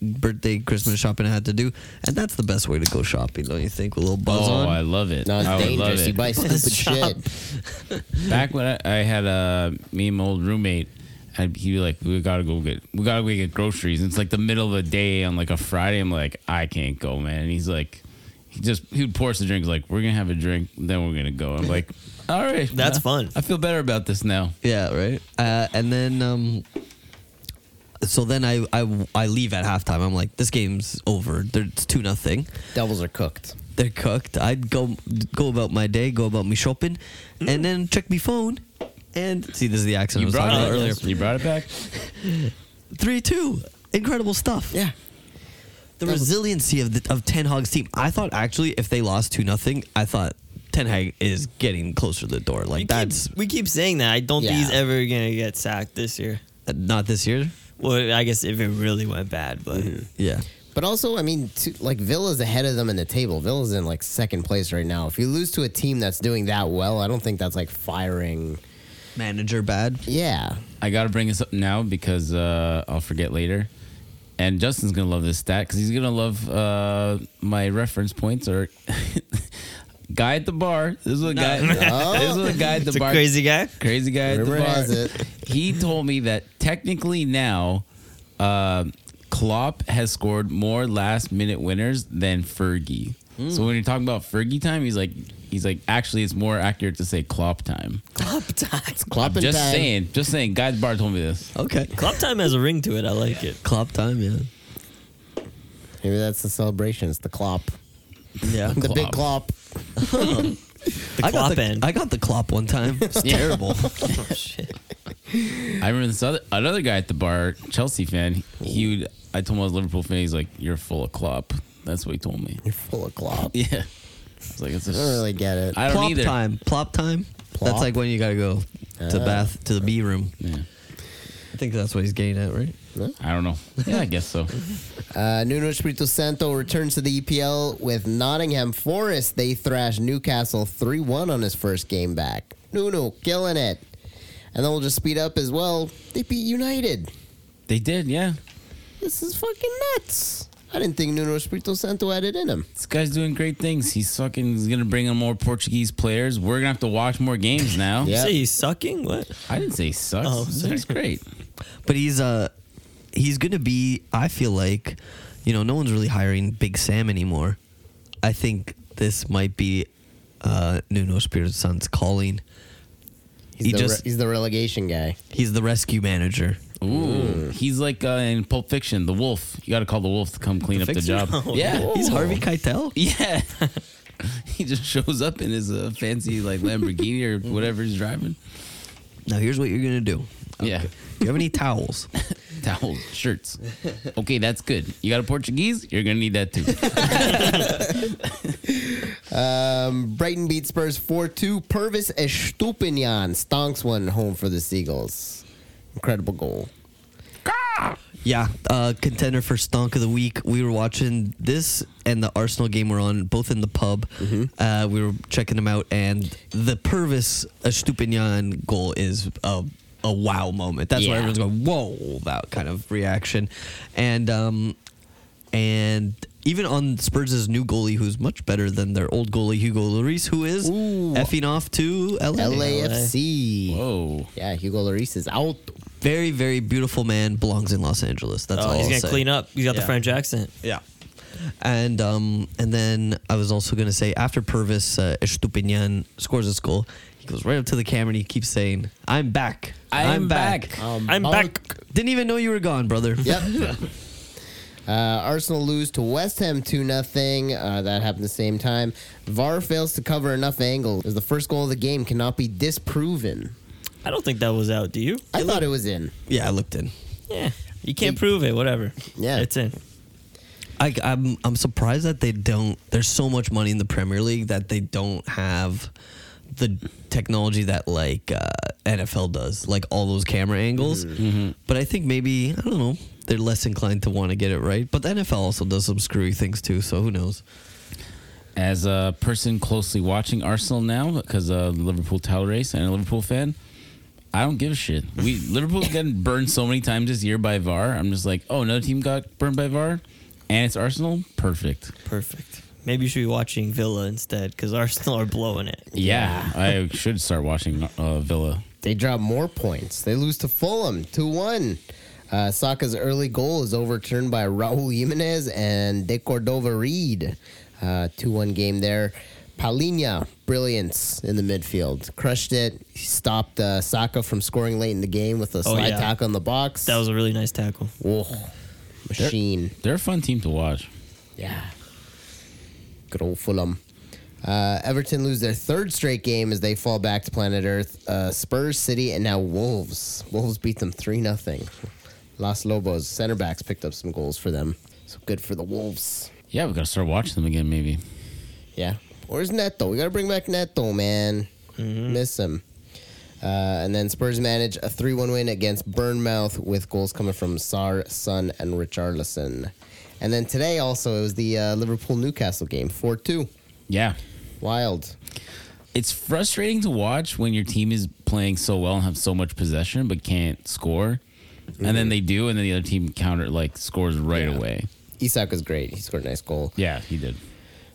[SPEAKER 1] birthday, Christmas shopping I had to do, and that's the best way to go shopping, don't you think? With a little buzz
[SPEAKER 2] Oh,
[SPEAKER 1] on.
[SPEAKER 2] I love it.
[SPEAKER 3] No, it's
[SPEAKER 2] I would love
[SPEAKER 3] dangerous.
[SPEAKER 2] it.
[SPEAKER 3] You buy stupid shit.
[SPEAKER 4] Shop.
[SPEAKER 2] Back when I, I had uh, me and my old roommate, and he'd be like, "We gotta go get, we gotta go get groceries." And it's like the middle of the day on like a Friday. I'm like, "I can't go, man." And he's like, "He just he would pour us a drink. Like, we're gonna have a drink, then we're gonna go." I'm like, "All right,
[SPEAKER 4] That's
[SPEAKER 2] I-
[SPEAKER 4] fun.
[SPEAKER 2] I feel better about this now."
[SPEAKER 1] Yeah, right. Uh, and then, um, so then I, I I leave at halftime. I'm like, this game's over. There- It's two nothing.
[SPEAKER 3] Devils are cooked.
[SPEAKER 1] They're cooked. I'd go go about my day, go about me shopping,
[SPEAKER 4] Mm-hmm.
[SPEAKER 1] and then check me phone. And see, this is the accent I
[SPEAKER 2] You
[SPEAKER 1] was
[SPEAKER 2] brought
[SPEAKER 1] talking
[SPEAKER 2] it
[SPEAKER 1] about earlier.
[SPEAKER 2] You brought it back.
[SPEAKER 1] Three two, incredible stuff.
[SPEAKER 3] Yeah.
[SPEAKER 1] the
[SPEAKER 3] that was-
[SPEAKER 1] resiliency of the, of Ten Hag's team. I thought actually, if they lost two nothing, I thought Ten Hag is getting closer to the door. Like
[SPEAKER 4] We
[SPEAKER 1] that's
[SPEAKER 4] keep, we keep saying that. I don't think he's
[SPEAKER 3] Yeah.
[SPEAKER 4] ever gonna get sacked this year.
[SPEAKER 1] not this year.
[SPEAKER 4] Well, I guess if it really went bad, but
[SPEAKER 1] Yeah.
[SPEAKER 3] But also, I mean, to, like Villa's ahead of them in the table. Villa's in like second place right now. If you lose to a team that's doing that well, I don't think that's like firing.
[SPEAKER 1] Manager bad.
[SPEAKER 3] Yeah,
[SPEAKER 2] I gotta bring this up now because uh, I'll forget later. And Justin's gonna love this stat because he's gonna love uh, my reference points or <laughs> guy at the bar. This is a
[SPEAKER 4] <laughs>
[SPEAKER 2] guy. <laughs> This is a guy at the
[SPEAKER 4] it's a
[SPEAKER 2] bar.
[SPEAKER 4] crazy guy.
[SPEAKER 2] crazy guy at the
[SPEAKER 3] Rumor
[SPEAKER 2] bar.
[SPEAKER 3] has it.
[SPEAKER 2] He told me that technically now, uh, Klopp has scored more last minute winners than Fergie.
[SPEAKER 4] Hmm.
[SPEAKER 2] So when you're talking about Fergie time, he's like, he's like, actually, it's more accurate to say Klopp time.
[SPEAKER 4] Club time.
[SPEAKER 3] Klopp and
[SPEAKER 2] Just
[SPEAKER 3] Pag-
[SPEAKER 2] saying, just saying. Guy at the bar told me this.
[SPEAKER 1] Okay.
[SPEAKER 4] Club time has a ring to it. I like it.
[SPEAKER 1] Klopp time. Yeah.
[SPEAKER 3] Maybe that's the celebration. It's the Klopp,
[SPEAKER 1] Yeah.
[SPEAKER 3] the big Klopp.
[SPEAKER 4] The
[SPEAKER 1] I got
[SPEAKER 4] Klopp
[SPEAKER 1] the,
[SPEAKER 4] end.
[SPEAKER 1] I got the Klopp one time. It's <laughs> terrible.
[SPEAKER 4] oh, shit.
[SPEAKER 2] I remember this other another guy at the bar, Chelsea fan. He would. I told him I was a Liverpool fan. He's like, "You're full of Klopp." That's what he told me.
[SPEAKER 3] You're full of Klopp. I
[SPEAKER 2] Yeah. It's like it's a,
[SPEAKER 3] don't really get it.
[SPEAKER 2] I don't
[SPEAKER 1] Plop
[SPEAKER 2] either.
[SPEAKER 1] time. Plop time.
[SPEAKER 3] Plop?
[SPEAKER 1] That's like when you gotta go to the
[SPEAKER 3] Ah.
[SPEAKER 1] bath to the B room.
[SPEAKER 2] Yeah.
[SPEAKER 1] I think that's what he's getting at, right?
[SPEAKER 2] I don't know. Yeah, I guess so.
[SPEAKER 3] Uh, Nuno Espirito Santo returns to the EPL with Nottingham Forest. They thrash Newcastle 3 1 on his first game back. Nuno killing it. And then we'll just speed up as well. They beat United.
[SPEAKER 2] They did. Yeah.
[SPEAKER 3] This is fucking nuts. I didn't think Nuno Espirito Santo had it in him.
[SPEAKER 2] This guy's doing great things. He's fucking. He's gonna bring in more Portuguese players. We're gonna have to watch more games now.
[SPEAKER 3] Yeah.
[SPEAKER 4] You say he's sucking? What?
[SPEAKER 2] I didn't say he sucks.
[SPEAKER 4] Oh,
[SPEAKER 2] He's great.
[SPEAKER 1] But he's uh he's gonna be I feel like, you know, no one's really hiring Big Sam anymore. I think this might be uh Nuno Espirito Santo's calling.
[SPEAKER 3] He's,
[SPEAKER 1] He
[SPEAKER 3] the,
[SPEAKER 1] just-
[SPEAKER 3] re- he's the relegation guy.
[SPEAKER 1] He's the rescue manager.
[SPEAKER 2] Ooh. He's like uh, in Pulp Fiction, the Wolf. You got to call the Wolf to come clean up the
[SPEAKER 1] fixer?
[SPEAKER 2] job.
[SPEAKER 1] Oh,
[SPEAKER 2] yeah.
[SPEAKER 1] He's Harvey Keitel.
[SPEAKER 2] <laughs> Yeah. he just shows up <laughs> in his uh, fancy like Lamborghini or whatever he's driving.
[SPEAKER 1] Now here's what you're gonna do.
[SPEAKER 2] Yeah.
[SPEAKER 1] Do you have any towels?
[SPEAKER 2] Towels, shirts. Okay, that's good. You got a Portuguese? You're gonna need that <laughs> too.
[SPEAKER 3] Um, Brighton beat Spurs 4 2. Purvis Estupinian stonks one home for the Seagulls. Incredible goal.
[SPEAKER 1] Yeah, uh, contender for stonk of the week. We were watching this and the Arsenal game we're on, both in the pub.
[SPEAKER 4] Mm-hmm.
[SPEAKER 1] Uh, we were checking them out, and the Purvis Estupinian goal is a, a wow moment. That's why
[SPEAKER 2] Yeah.
[SPEAKER 1] everyone's going, whoa, that kind of reaction. And um, and even on Spurs' new goalie, who's much better than their old goalie, Hugo Lloris, who is
[SPEAKER 3] Ooh.
[SPEAKER 1] effing off to LA.
[SPEAKER 3] LAFC.
[SPEAKER 2] Whoa.
[SPEAKER 3] Yeah, Hugo Lloris is <laughs> out.
[SPEAKER 1] Very, very beautiful man, belongs in Los Angeles. That's
[SPEAKER 4] Oh,
[SPEAKER 1] all
[SPEAKER 4] he's
[SPEAKER 1] I'll
[SPEAKER 4] gonna
[SPEAKER 1] say.
[SPEAKER 4] clean up. He's got
[SPEAKER 1] Yeah.
[SPEAKER 4] the French accent.
[SPEAKER 1] Yeah. And um and then I was also gonna say after Purvis uh, Estupinian scores his goal, he goes right up to the camera and he keeps saying, "I'm back,
[SPEAKER 2] I'm back."
[SPEAKER 3] Um,
[SPEAKER 4] I'm
[SPEAKER 3] Balak-
[SPEAKER 4] back.
[SPEAKER 1] Didn't even know you were gone, brother.
[SPEAKER 3] Yep. Uh, Arsenal lose to West Ham 2 0. Uh, that happened the same time. VAR fails to cover enough angles as the first goal of the game cannot be disproven.
[SPEAKER 4] I don't think that was out. Do you?
[SPEAKER 3] I thought it was in.
[SPEAKER 1] Yeah, I looked in.
[SPEAKER 4] Yeah. You can't prove it. Whatever.
[SPEAKER 3] Yeah.
[SPEAKER 4] It's in.
[SPEAKER 1] I, I'm I'm surprised that they don't. There's so much money in the Premier League that they don't have the technology that like uh, NFL does, like all those camera angles.
[SPEAKER 2] Mm-hmm.
[SPEAKER 1] But I think maybe I don't know. They're less inclined to want to get it right. But the NFL also does some screwy things too. So who knows?
[SPEAKER 2] As a person closely watching Arsenal now, because uh, the Liverpool title race and a Liverpool fan, I don't give a shit. <laughs> We Liverpool's gotten burned so many times this year by VAR. I'm just like, oh, another team got burned by VAR, and it's Arsenal. Perfect.
[SPEAKER 4] Perfect. Maybe you should be watching Villa instead because Arsenal are blowing it.
[SPEAKER 2] Yeah, I should start watching uh, Villa.
[SPEAKER 3] They drop more points. They lose to Fulham 2 1. Uh, Saka's early goal is overturned by Raul Jimenez and De Cordova Reed. 2 1 game there. Palinha, brilliance in the midfield. Crushed it. Stopped uh, Saka from scoring late in the game with a slide
[SPEAKER 4] Oh, yeah.
[SPEAKER 3] tackle on the box.
[SPEAKER 4] That was a really nice tackle.
[SPEAKER 3] Whoa. Machine.
[SPEAKER 2] They're a fun team to watch.
[SPEAKER 3] Yeah. Good old Fulham. Uh, Everton lose their third straight game as they fall back to planet Earth. Uh, Spurs, City, and now Wolves. Wolves beat them 3 0. Los Lobos, center backs, picked up some goals for them. So good for the Wolves.
[SPEAKER 2] Yeah, we gotta start watching them again, maybe.
[SPEAKER 3] Yeah. Where's Neto? We got to bring back Neto, man. Miss him. Uh, and then Spurs manage a 3 1 win against Burnmouth with goals coming from Sar, Sun, and Richarlison. And then today also, it was the uh, Liverpool Newcastle game 4 2.
[SPEAKER 2] Yeah.
[SPEAKER 3] Wild.
[SPEAKER 2] It's frustrating to watch when your team is playing so well and have so much possession but can't score. And then they do, and then the other team counter like scores right
[SPEAKER 3] Mm-hmm. Yeah.
[SPEAKER 2] away.
[SPEAKER 3] Isak was great. He scored a nice goal.
[SPEAKER 2] Yeah, he did.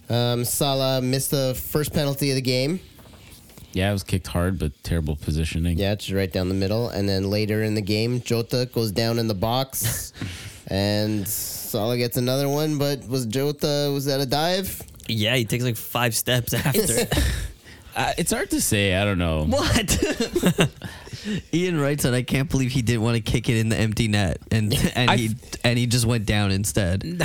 [SPEAKER 3] Um, Salah missed the first penalty of the game.
[SPEAKER 2] Yeah, it was kicked hard, but terrible positioning.
[SPEAKER 3] Yeah, it's right down the middle. And then later in the game, Jota goes down in the box. and Salah gets another one, but was Jota, was that a dive?
[SPEAKER 4] Yeah, he takes like five <laughs> steps after.
[SPEAKER 2] Uh, it's hard to say. I don't know.
[SPEAKER 1] What? <laughs> Ian writes that I can't believe he didn't want to kick it in the empty net, and and
[SPEAKER 2] I-
[SPEAKER 1] he and he just went down instead.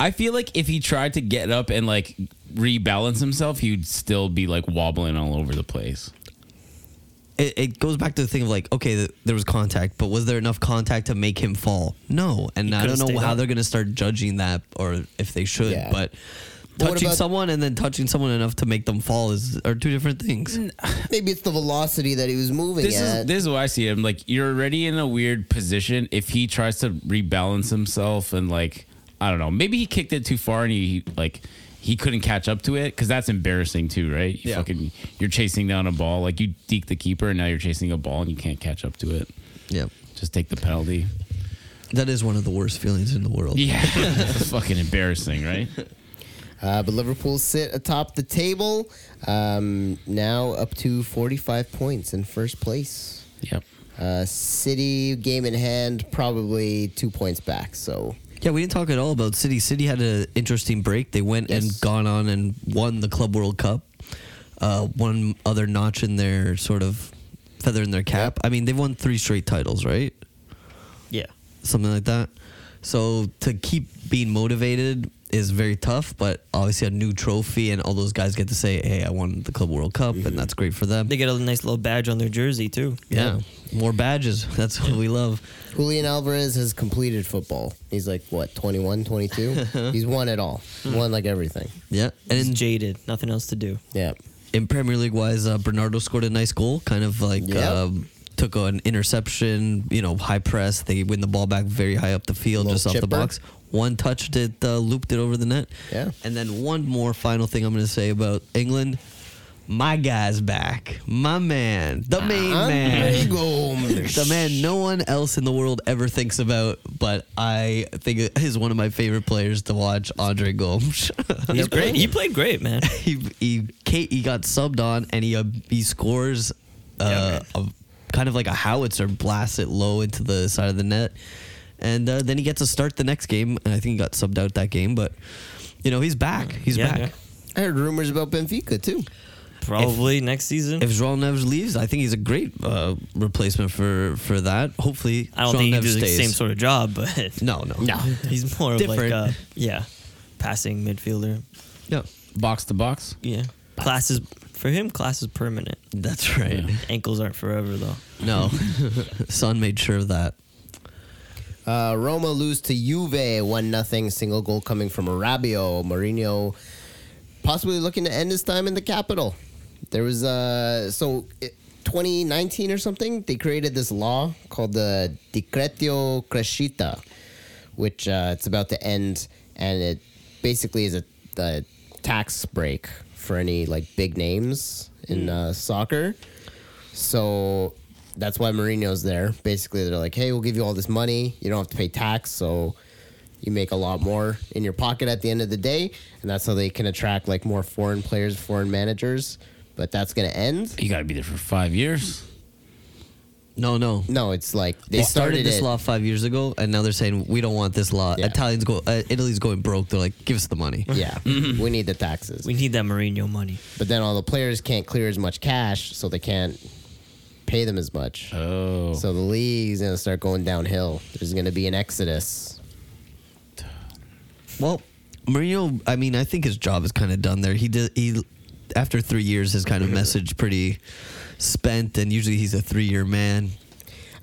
[SPEAKER 2] I feel like if he tried to get up and like rebalance himself, he'd still be like wobbling all over the place.
[SPEAKER 1] It, it goes back to the thing of like, okay, th- there was contact, but was there enough contact to make him fall? No, and I
[SPEAKER 4] could've
[SPEAKER 1] don't know
[SPEAKER 4] stayed
[SPEAKER 1] how
[SPEAKER 4] up.
[SPEAKER 1] they're gonna start judging that, or if they should.
[SPEAKER 3] Yeah.
[SPEAKER 1] But
[SPEAKER 3] But what
[SPEAKER 1] touching
[SPEAKER 3] about-
[SPEAKER 1] someone and then touching someone enough to make them fall is are two different things.
[SPEAKER 3] Maybe it's the velocity that he was moving
[SPEAKER 2] This
[SPEAKER 3] at.
[SPEAKER 2] is this is what I see him like. You're already in a weird position. If he tries to rebalance himself and like, I don't know, maybe he kicked it too far and he like he couldn't catch up to it because that's embarrassing too, right? You
[SPEAKER 1] Yeah.
[SPEAKER 2] Fucking, you're chasing down a ball like you deke the keeper and now you're chasing a ball and you can't catch up to it.
[SPEAKER 1] Yeah,
[SPEAKER 2] Just take the penalty.
[SPEAKER 1] that is one of the worst feelings in the world.
[SPEAKER 2] Yeah, <laughs> fucking embarrassing, right?
[SPEAKER 3] uh, but Liverpool sit atop the table, um, now up to 45 points in first place.
[SPEAKER 2] Yep.
[SPEAKER 3] Uh, City game in hand, probably two points back. So
[SPEAKER 1] Yeah, we didn't talk at all about City. City had an interesting break. They went
[SPEAKER 3] Yes.
[SPEAKER 1] and gone on and won the Club World Cup. Uh, one other notch in their sort of feather in their cap. I mean, they've won three straight titles, right?
[SPEAKER 4] yeah.
[SPEAKER 1] Something like that. So to keep being motivated is very tough, but obviously a new trophy, and all those guys get to say, "Hey, I won the Club World Cup," and that's great for them.
[SPEAKER 4] They get a nice little badge on their jersey too.
[SPEAKER 1] yeah. more badges. <laughs> That's what we love.
[SPEAKER 3] Julian Alvarez has completed football. He's like, what, 21, 22?
[SPEAKER 2] <laughs>
[SPEAKER 3] He's won it all.
[SPEAKER 2] Hmm.
[SPEAKER 3] Won like everything.
[SPEAKER 1] Yeah, and
[SPEAKER 4] And
[SPEAKER 1] in,
[SPEAKER 4] jaded, nothing else to do.
[SPEAKER 3] Yeah.
[SPEAKER 1] in Premier League wise, uh, Bernardo scored a nice goal, kind of like
[SPEAKER 3] Yep.
[SPEAKER 1] um, took an interception. You know, high press. They win the ball back very high up the field,
[SPEAKER 3] Little
[SPEAKER 1] just off the
[SPEAKER 3] chipper.
[SPEAKER 1] box. One touched it, uh, looped it over the net.
[SPEAKER 3] Yeah.
[SPEAKER 1] And then one more final thing I'm going to say about England. My guy's back. My man. The main man.
[SPEAKER 3] <laughs> Andre Gomes.
[SPEAKER 1] the man no one else in the world ever thinks about, but I think is one of my favorite players to watch, Andre Gomes. <laughs>
[SPEAKER 4] He's great. He played great, man.
[SPEAKER 1] he he Kate, he got subbed on and he uh, he scores uh, a, kind of like a howitzer blasts it low into the side of the net. And uh, then he gets to start the next game and I think he got subbed out that game, but you know, he's back. He's
[SPEAKER 4] Yeah,
[SPEAKER 1] back.
[SPEAKER 4] yeah.
[SPEAKER 3] I heard rumors about Benfica, too.
[SPEAKER 4] Probably next season.
[SPEAKER 1] If João Neves leaves, I think he's a great uh, replacement for, for that. Hopefully,
[SPEAKER 4] I don't
[SPEAKER 1] João
[SPEAKER 4] think he
[SPEAKER 1] Neves
[SPEAKER 4] does the
[SPEAKER 1] stays.
[SPEAKER 4] same sort of job, <laughs> but
[SPEAKER 1] No, <laughs> no,
[SPEAKER 4] <laughs> he's more of like
[SPEAKER 1] Different.
[SPEAKER 4] a yeah, passing midfielder.
[SPEAKER 1] Yeah,
[SPEAKER 2] Box to box.
[SPEAKER 4] Yeah, class is for him. Class is permanent.
[SPEAKER 1] that's right.
[SPEAKER 2] Yeah.
[SPEAKER 4] Ankles aren't forever though. <laughs>
[SPEAKER 1] No, Son made sure of that.
[SPEAKER 3] Uh, Roma lose to Juve, 1 nothing. single goal coming from Rabio. Mourinho possibly looking to end his time in the capital. There was, uh, so it, 2019 or something, they created this law called the Decretio Crescita, which uh, it's about to end, and it basically is a, a tax break for any like big names in uh, soccer. So that's why Mourinho's there. Basically, they're like, hey, we'll give you all this money. You don't have to pay tax. So you make a lot more in your pocket at the end of the day. And that's how they can attract like more foreign players, foreign managers. But that's going to end.
[SPEAKER 2] You got to be there for five years.
[SPEAKER 1] No, no.
[SPEAKER 3] No, it's like they
[SPEAKER 1] They
[SPEAKER 3] started,
[SPEAKER 1] started, this
[SPEAKER 3] it.
[SPEAKER 1] law five years ago, and now they're saying we don't want this law.
[SPEAKER 3] Yeah.
[SPEAKER 1] Italians go, uh, Italy's going broke. They're like, give us the money. <laughs>
[SPEAKER 3] <laughs> Yeah,
[SPEAKER 1] Mm-hmm.
[SPEAKER 3] we need the taxes.
[SPEAKER 4] We need that Mourinho money.
[SPEAKER 3] But then all the players can't clear as much cash, so they can't pay them as much.
[SPEAKER 2] Oh.
[SPEAKER 3] So the league's going to start going downhill. There's going to be an exodus.
[SPEAKER 1] Well, Mourinho, I mean, I think his job is kind of done there. He did he after three years, his kind of message pretty spent, and usually he's a three year man.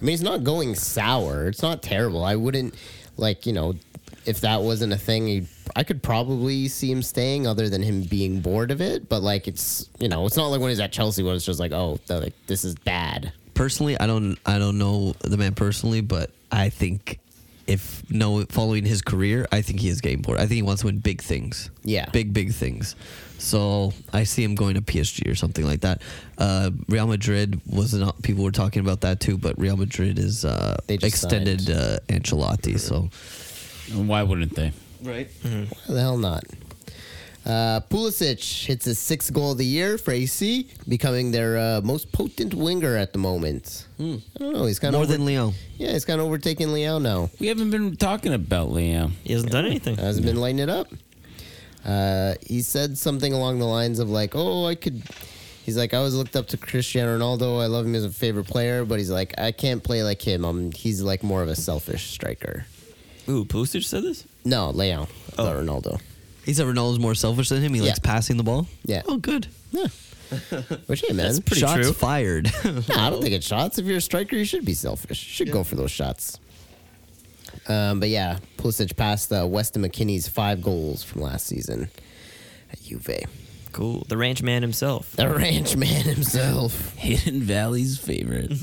[SPEAKER 3] I mean, it's not going sour. It's not terrible. I wouldn't like you know, if that wasn't a thing, you'd- I could probably see him staying, other than him being bored of it. But like, it's you know, it's not like when he's at Chelsea, when it's just like, oh, they're like this is bad.
[SPEAKER 1] Personally, I don't I don't know the man personally, but I think if no following his career, I think he is getting bored. I think he wants to win big things.
[SPEAKER 3] Yeah.
[SPEAKER 1] Big big things. So I see him going to PSG or something like that. Uh, Real Madrid was not people were talking about that too, but Real Madrid is uh,
[SPEAKER 3] They just
[SPEAKER 1] extended
[SPEAKER 3] signed.
[SPEAKER 1] uh, Ancelotti, so
[SPEAKER 2] Why wouldn't they?
[SPEAKER 1] Right.
[SPEAKER 3] Why the hell not? Uh, Pulisic hits his sixth goal of the year for AC, becoming their uh, most potent winger at the moment. I don't know. He's kind
[SPEAKER 1] Hmm. More
[SPEAKER 3] of
[SPEAKER 1] than Leo.
[SPEAKER 3] yeah, he's kind of overtaking Leo now.
[SPEAKER 2] We haven't been talking about Liam.
[SPEAKER 4] He hasn't done anything.
[SPEAKER 3] hasn't been lighting it up. Uh, he said something along the lines of like, "Oh, I could." He's like, "I was looked up to Cristiano Ronaldo. I love him as a favorite player, but he's like, I can't play like him. I'm, he's like more of a selfish striker."
[SPEAKER 4] Ooh, Pulisic said this.
[SPEAKER 3] No, Leon,
[SPEAKER 4] Oh.
[SPEAKER 3] not Ronaldo.
[SPEAKER 1] He said Ronaldo's more selfish than him. He
[SPEAKER 3] Yeah.
[SPEAKER 1] likes passing the ball.
[SPEAKER 3] Yeah.
[SPEAKER 1] Oh, good.
[SPEAKER 3] Yeah. Which hey man,
[SPEAKER 4] That's pretty
[SPEAKER 1] Shots
[SPEAKER 4] true.
[SPEAKER 1] fired. <laughs>
[SPEAKER 3] Nah, I don't think it's shots. If you're a striker, you should be selfish. You should go for those shots. Um, but yeah, Pulisic passed uh, Weston McKinney's five goals from last season at Juve.
[SPEAKER 4] Cool. The ranch man himself.
[SPEAKER 3] The ranch man <laughs> himself.
[SPEAKER 2] Hidden Valley's favorite.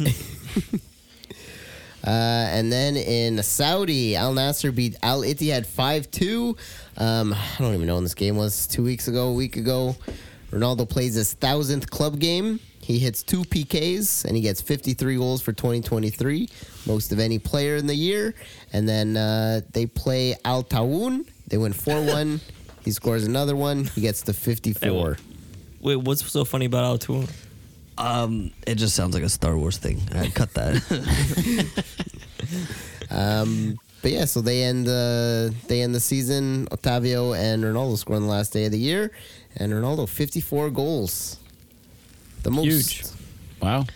[SPEAKER 3] Uh, and then in Saudi, Al Nasser beat Al Ittihad 5 2. Um, I don't even know when this game was. Two weeks ago, a week ago. Ronaldo plays his thousandth club game. He hits two PKs and he gets 53 goals for 2023, most of any player in the year. And then uh, they play Al Tawoun. They win 4 1. He scores another one. He gets to 54.
[SPEAKER 4] Wait, what's so funny about Al Tour?
[SPEAKER 1] um, it just sounds like a Star Wars thing. I cut
[SPEAKER 4] <laughs>
[SPEAKER 1] that.
[SPEAKER 3] Um, but yeah, so they end uh, they end the season. Otavio and Ronaldo score on the last day of the year, and Ronaldo fifty four goals, the most.
[SPEAKER 4] Huge.
[SPEAKER 2] Wow.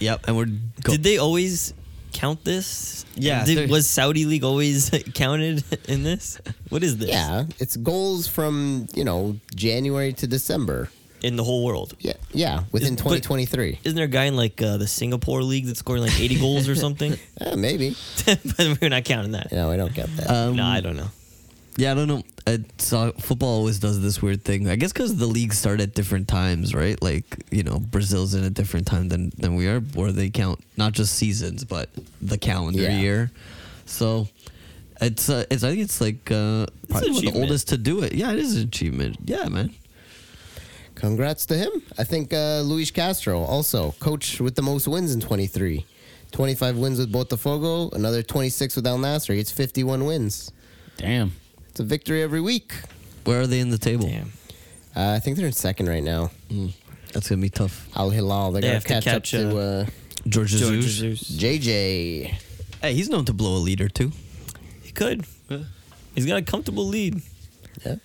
[SPEAKER 1] yep. And we're go-
[SPEAKER 4] Did they always count this?
[SPEAKER 1] Yeah, there-
[SPEAKER 4] Did, was Saudi League always <laughs> counted in this? What is this?
[SPEAKER 3] Yeah, it's goals from you know January to December.
[SPEAKER 4] In the whole world.
[SPEAKER 3] Yeah, yeah, within
[SPEAKER 4] But-
[SPEAKER 3] 2023.
[SPEAKER 4] Isn't there a guy in like uh, the Singapore league that's scoring like 80 goals or something?
[SPEAKER 3] Eh, maybe.
[SPEAKER 4] <laughs> but we're not counting that.
[SPEAKER 3] No, I don't get that.
[SPEAKER 1] Um,
[SPEAKER 4] no, I don't know.
[SPEAKER 1] Yeah, I don't know. I saw football always does this weird thing. I guess because the leagues start at different times, right? Like you know, Brazil's in a different time than than we are, where they count not just seasons but the calendar
[SPEAKER 3] Yeah.
[SPEAKER 1] year. So it's uh, it's I think it's like uh, probably one of the
[SPEAKER 4] achievement.
[SPEAKER 1] oldest to do it. Yeah, it is an achievement. Yeah, man.
[SPEAKER 3] Congrats to him. I think uh, Luis Castro also coach with the most wins in 23. 25 wins with Botafogo, another 26 with El Nasser. He gets 51 wins.
[SPEAKER 2] Damn.
[SPEAKER 3] It's a victory every week.
[SPEAKER 1] Where are they in the table?
[SPEAKER 4] Damn.
[SPEAKER 3] Uh, I think they're in second right now.
[SPEAKER 1] Mm, that's gonna be tough.
[SPEAKER 3] Al Hilal. They're
[SPEAKER 4] They
[SPEAKER 3] going
[SPEAKER 4] have
[SPEAKER 3] to
[SPEAKER 4] to
[SPEAKER 3] catch up
[SPEAKER 4] catch,
[SPEAKER 3] to uh,
[SPEAKER 1] George
[SPEAKER 4] George
[SPEAKER 1] Jesus.
[SPEAKER 4] Jesus.
[SPEAKER 3] JJ.
[SPEAKER 1] Hey, he's known to blow a leader too.
[SPEAKER 4] He could. He's got a comfortable lead.
[SPEAKER 3] Yeah.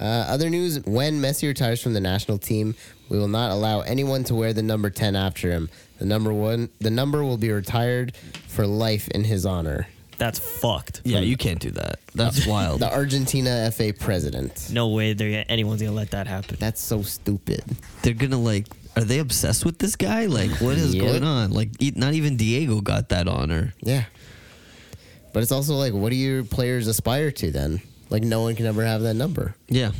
[SPEAKER 3] Uh, other news when Messi retires from the national team, we will not allow anyone to wear the number 10 after him. The number one, the number will be retired for life in his honor.
[SPEAKER 4] That's fucked.
[SPEAKER 1] Yeah, you can't do that. That's wild.
[SPEAKER 3] The Argentina FA president.
[SPEAKER 4] No way there anyone's gonna let that happen.
[SPEAKER 3] That's so stupid.
[SPEAKER 1] they're gonna like are they obsessed with this guy like what is
[SPEAKER 3] Yep.
[SPEAKER 1] going on like e- not even diego got that honor
[SPEAKER 3] Yeah. But it's also like, what do your players aspire to then? Like, no one can ever have that number.
[SPEAKER 1] yeah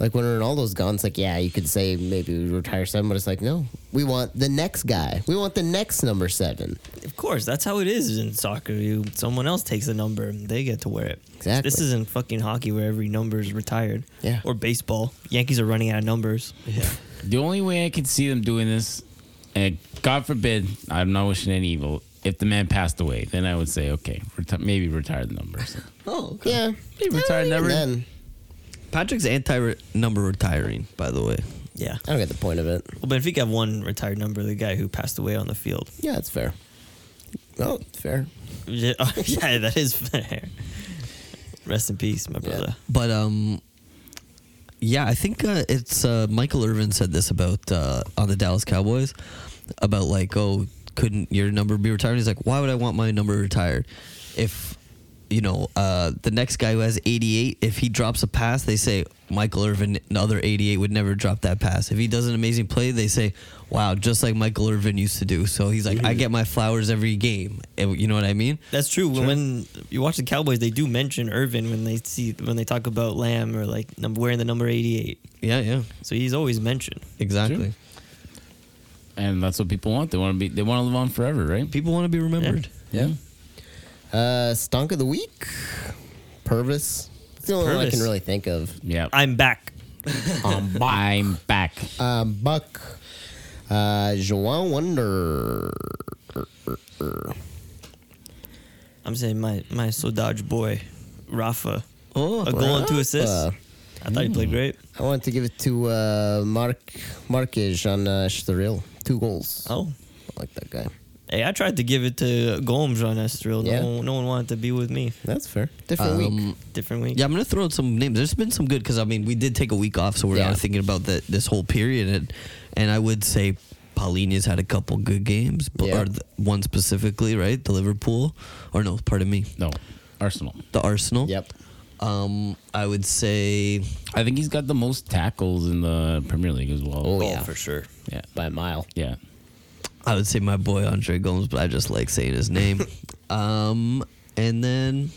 [SPEAKER 3] Like, when Ronaldo's gone, it's like, yeah, you could say maybe we retire seven, but it's like, no, we want the next guy. We want the next number seven.
[SPEAKER 4] Of course, that's how it is in soccer. You someone else takes a number and they get to wear it.
[SPEAKER 3] Exactly.
[SPEAKER 4] This isn't fucking hockey where every number is retired.
[SPEAKER 3] Yeah.
[SPEAKER 4] Or baseball. Yankees are running out of numbers.
[SPEAKER 1] yeah
[SPEAKER 2] The only way I could see them doing this, and God forbid, I'm not wishing any evil. If the man passed away, then I would say, okay, reti- maybe retire the numbers.
[SPEAKER 1] oh
[SPEAKER 3] Yeah.
[SPEAKER 2] He retired
[SPEAKER 3] Even
[SPEAKER 2] never-
[SPEAKER 3] Then.
[SPEAKER 1] patrick's anti number retiring by the way
[SPEAKER 4] <laughs> Yeah.
[SPEAKER 3] I don't get the point of it.
[SPEAKER 4] Well, Benfica have one retired number, the guy who passed away on the field. <laughs>
[SPEAKER 3] Yeah, it's fair. Oh, it's fair.
[SPEAKER 4] Yeah, that is fair. Rest in peace, my brother.
[SPEAKER 1] but um yeah i think uh, it's uh, michael irvin said this about uh, on the dallas cowboys about like oh couldn't your number be retired he's like why would i want my number retired if you know uh, the next guy who has 88 if he drops a pass they say michael irvin another 88 would never drop that pass if he does an amazing play they say wow just like michael irvin used to do so he's like i get my flowers every game And you know what i mean
[SPEAKER 4] That's true. When- When you watch the Cowboys, they do mention Irvin when they see when they talk about Lamb or like num- wearing the number eighty-eight.
[SPEAKER 1] yeah yeah
[SPEAKER 4] So he's always mentioned.
[SPEAKER 1] exactly
[SPEAKER 2] True. And that's what people want. They want to be. They want to live on forever, right?
[SPEAKER 1] people want to be remembered
[SPEAKER 2] Yeah.
[SPEAKER 3] Uh, stunk of the week? Purvis. It's the only one I
[SPEAKER 4] Purvis.
[SPEAKER 3] can really think of.
[SPEAKER 2] Yeah.
[SPEAKER 4] I'm back.
[SPEAKER 2] <laughs> I'm back. I'm back.
[SPEAKER 3] Um, Buck. Uh, Joan Wonder.
[SPEAKER 4] I'm saying my my Sodaj boy, Rafa,
[SPEAKER 1] oh Mm.
[SPEAKER 4] a goal and two
[SPEAKER 3] Rafa.
[SPEAKER 4] assists. I thought he played great.
[SPEAKER 3] I want to give it to uh, Mark Marquez on uh, Estoril. Two goals.
[SPEAKER 4] Oh,
[SPEAKER 3] I like that guy.
[SPEAKER 4] hey, I tried to give it to Gomes on Estoril.
[SPEAKER 3] Yeah.
[SPEAKER 4] No, one, no one wanted to be with me.
[SPEAKER 3] That's fair. Different week.
[SPEAKER 1] Um,
[SPEAKER 4] Different week.
[SPEAKER 1] Yeah, I'm gonna throw out some names. There's been some good because I mean we did take a week off, so we're
[SPEAKER 3] Yeah.
[SPEAKER 1] not thinking about that this whole period. And, and I would say Paulinho's had a couple good games, but
[SPEAKER 3] Yeah.
[SPEAKER 1] or the, one specifically, right? The Liverpool, or no, pardon me,
[SPEAKER 2] No, Arsenal.
[SPEAKER 1] the Arsenal.
[SPEAKER 3] Yep.
[SPEAKER 1] Um, I would say
[SPEAKER 2] I think he's got the most tackles in the Premier League as well.
[SPEAKER 3] Oh, yeah.
[SPEAKER 4] for sure.
[SPEAKER 2] Yeah.
[SPEAKER 3] By a mile.
[SPEAKER 2] Yeah.
[SPEAKER 1] I would say my boy Andre Gomes, but I just like saying his
[SPEAKER 3] <laughs>
[SPEAKER 1] name. um, and then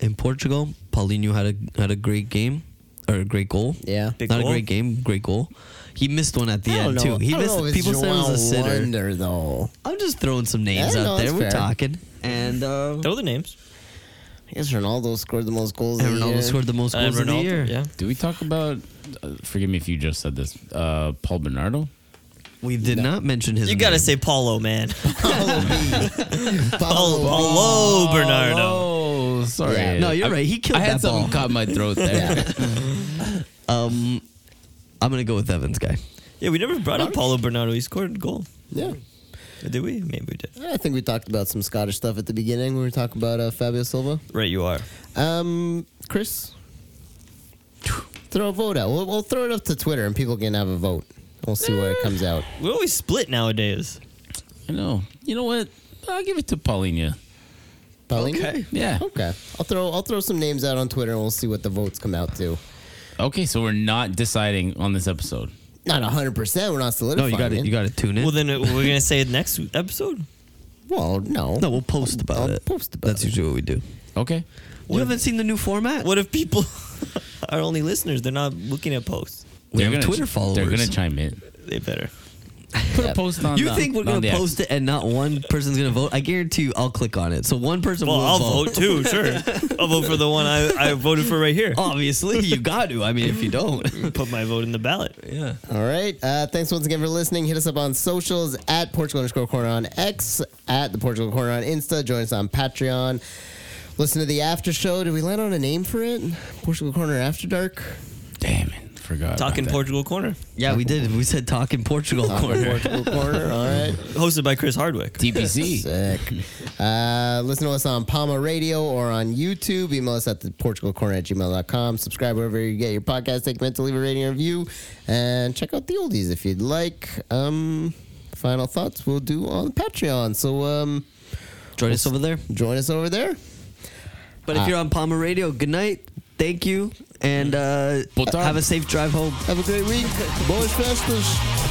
[SPEAKER 1] in Portugal, Paulinho had a had a great game or a great goal.
[SPEAKER 3] Yeah.
[SPEAKER 4] Big
[SPEAKER 1] not
[SPEAKER 4] goal.
[SPEAKER 1] a great game, great goal. He missed one at the end too. He
[SPEAKER 3] I don't
[SPEAKER 1] missed.
[SPEAKER 3] know if it's
[SPEAKER 1] people said it was a
[SPEAKER 3] João
[SPEAKER 1] sitter.
[SPEAKER 3] Wonder, though.
[SPEAKER 1] I'm just throwing some names
[SPEAKER 3] Yeah,
[SPEAKER 1] out
[SPEAKER 3] no,
[SPEAKER 1] there.
[SPEAKER 3] that's
[SPEAKER 1] We're
[SPEAKER 3] fair.
[SPEAKER 1] talking, and uh,
[SPEAKER 4] Throw the names.
[SPEAKER 3] I guess Ronaldo scored the most goals. of
[SPEAKER 1] and
[SPEAKER 3] the
[SPEAKER 1] Ronaldo
[SPEAKER 3] year.
[SPEAKER 1] scored the most
[SPEAKER 4] And
[SPEAKER 1] goals of the
[SPEAKER 4] Uh, Ronaldo,
[SPEAKER 1] year.
[SPEAKER 4] Yeah.
[SPEAKER 2] Did we talk about? Uh, forgive me if you just said this. Uh, Paul Bernardo.
[SPEAKER 1] We did not mention his.
[SPEAKER 4] You gotta
[SPEAKER 1] name.
[SPEAKER 4] say Paulo, man.
[SPEAKER 1] <laughs>
[SPEAKER 3] Paulo
[SPEAKER 4] Paulo,
[SPEAKER 1] Oh.
[SPEAKER 4] Paulo Bernardo.
[SPEAKER 2] Oh, sorry.
[SPEAKER 3] Yeah.
[SPEAKER 1] No, you're
[SPEAKER 2] I-
[SPEAKER 1] right. He killed
[SPEAKER 2] I had
[SPEAKER 1] that
[SPEAKER 2] something
[SPEAKER 1] ball.
[SPEAKER 2] caught in my throat there.
[SPEAKER 1] Um, I'm gonna go with Evans guy.
[SPEAKER 4] Yeah, we never brought up Paulo Bernardo. He scored a goal.
[SPEAKER 3] Yeah.
[SPEAKER 4] Did we? Maybe we did.
[SPEAKER 3] I think we talked about some Scottish stuff at the beginning. when We were talking about uh, Fabio Silva.
[SPEAKER 4] Right, you are.
[SPEAKER 3] Um, Chris, throw a vote out. We'll, we'll throw it up to Twitter and people can have a vote. We'll see where it comes out.
[SPEAKER 4] We always split nowadays.
[SPEAKER 2] I know. You know what? I'll give it to Paulinho.
[SPEAKER 3] Paulina?
[SPEAKER 1] Okay. <laughs>
[SPEAKER 2] Yeah.
[SPEAKER 3] Okay. I'll throw I'll throw some names out on Twitter and we'll see what the votes come out to.
[SPEAKER 2] Okay, so we're not deciding on this episode.
[SPEAKER 3] Not hundred percent. We're not
[SPEAKER 1] No,
[SPEAKER 3] solidifying.
[SPEAKER 1] you got to
[SPEAKER 3] it.
[SPEAKER 1] you got to tune in.
[SPEAKER 4] Well, then it, we're gonna say it next episode.
[SPEAKER 3] Well, no.
[SPEAKER 1] no, we'll post about
[SPEAKER 3] I'll
[SPEAKER 1] it.
[SPEAKER 3] post about
[SPEAKER 1] That's
[SPEAKER 3] it.
[SPEAKER 1] usually what we do.
[SPEAKER 2] Okay.
[SPEAKER 1] You haven't seen the new format.
[SPEAKER 4] What if people <laughs> are only listeners? They're not looking at posts.
[SPEAKER 1] We
[SPEAKER 2] They're
[SPEAKER 1] have
[SPEAKER 2] gonna-
[SPEAKER 1] Twitter followers.
[SPEAKER 2] They're gonna chime in.
[SPEAKER 4] They better.
[SPEAKER 2] Put a post on.
[SPEAKER 1] you
[SPEAKER 2] the-
[SPEAKER 1] think we're
[SPEAKER 2] on
[SPEAKER 1] gonna
[SPEAKER 2] the X.
[SPEAKER 1] post it and not one person's gonna vote? I guarantee you, I'll click on it. So one person
[SPEAKER 4] Well,
[SPEAKER 1] will
[SPEAKER 4] I'll
[SPEAKER 1] vote.
[SPEAKER 4] vote too. Sure, I'll vote for the one I, I voted for right
[SPEAKER 1] Oh.
[SPEAKER 4] here.
[SPEAKER 1] <laughs> Obviously, you got to. I mean, if you don't,
[SPEAKER 4] <laughs> Put my vote in the ballot.
[SPEAKER 1] yeah.
[SPEAKER 3] All right. Uh, thanks once again for listening. Hit us up on socials at Portugal underscore corner on X, at the Portugal corner on Insta. Join us on Patreon. Listen to the after show. Did we land on a name for it? Portugal corner after dark.
[SPEAKER 2] Damn it, forgot.
[SPEAKER 4] Talking
[SPEAKER 2] about
[SPEAKER 4] Portugal Corner,
[SPEAKER 1] Yeah, we did. We said talk in Portugal corner.
[SPEAKER 3] Portugal corner. All right.
[SPEAKER 4] hosted by Chris Hardwick.
[SPEAKER 2] that. TPC.
[SPEAKER 3] Sick. Uh, listen to us on Palma Radio or on YouTube. Email us at the Portugal Corner at gmail.com. Subscribe wherever you get your podcast. Take a minute to leave a rating and review. And check out the oldies if you'd like. Um, final thoughts we'll do on Patreon. So um,
[SPEAKER 1] Join us over there.
[SPEAKER 3] join us over there.
[SPEAKER 1] But if you're on Palmer Radio, good night. Thank you, and uh,
[SPEAKER 2] Boa tarde.
[SPEAKER 1] have a safe drive home.
[SPEAKER 3] Have a great week. Boas festas.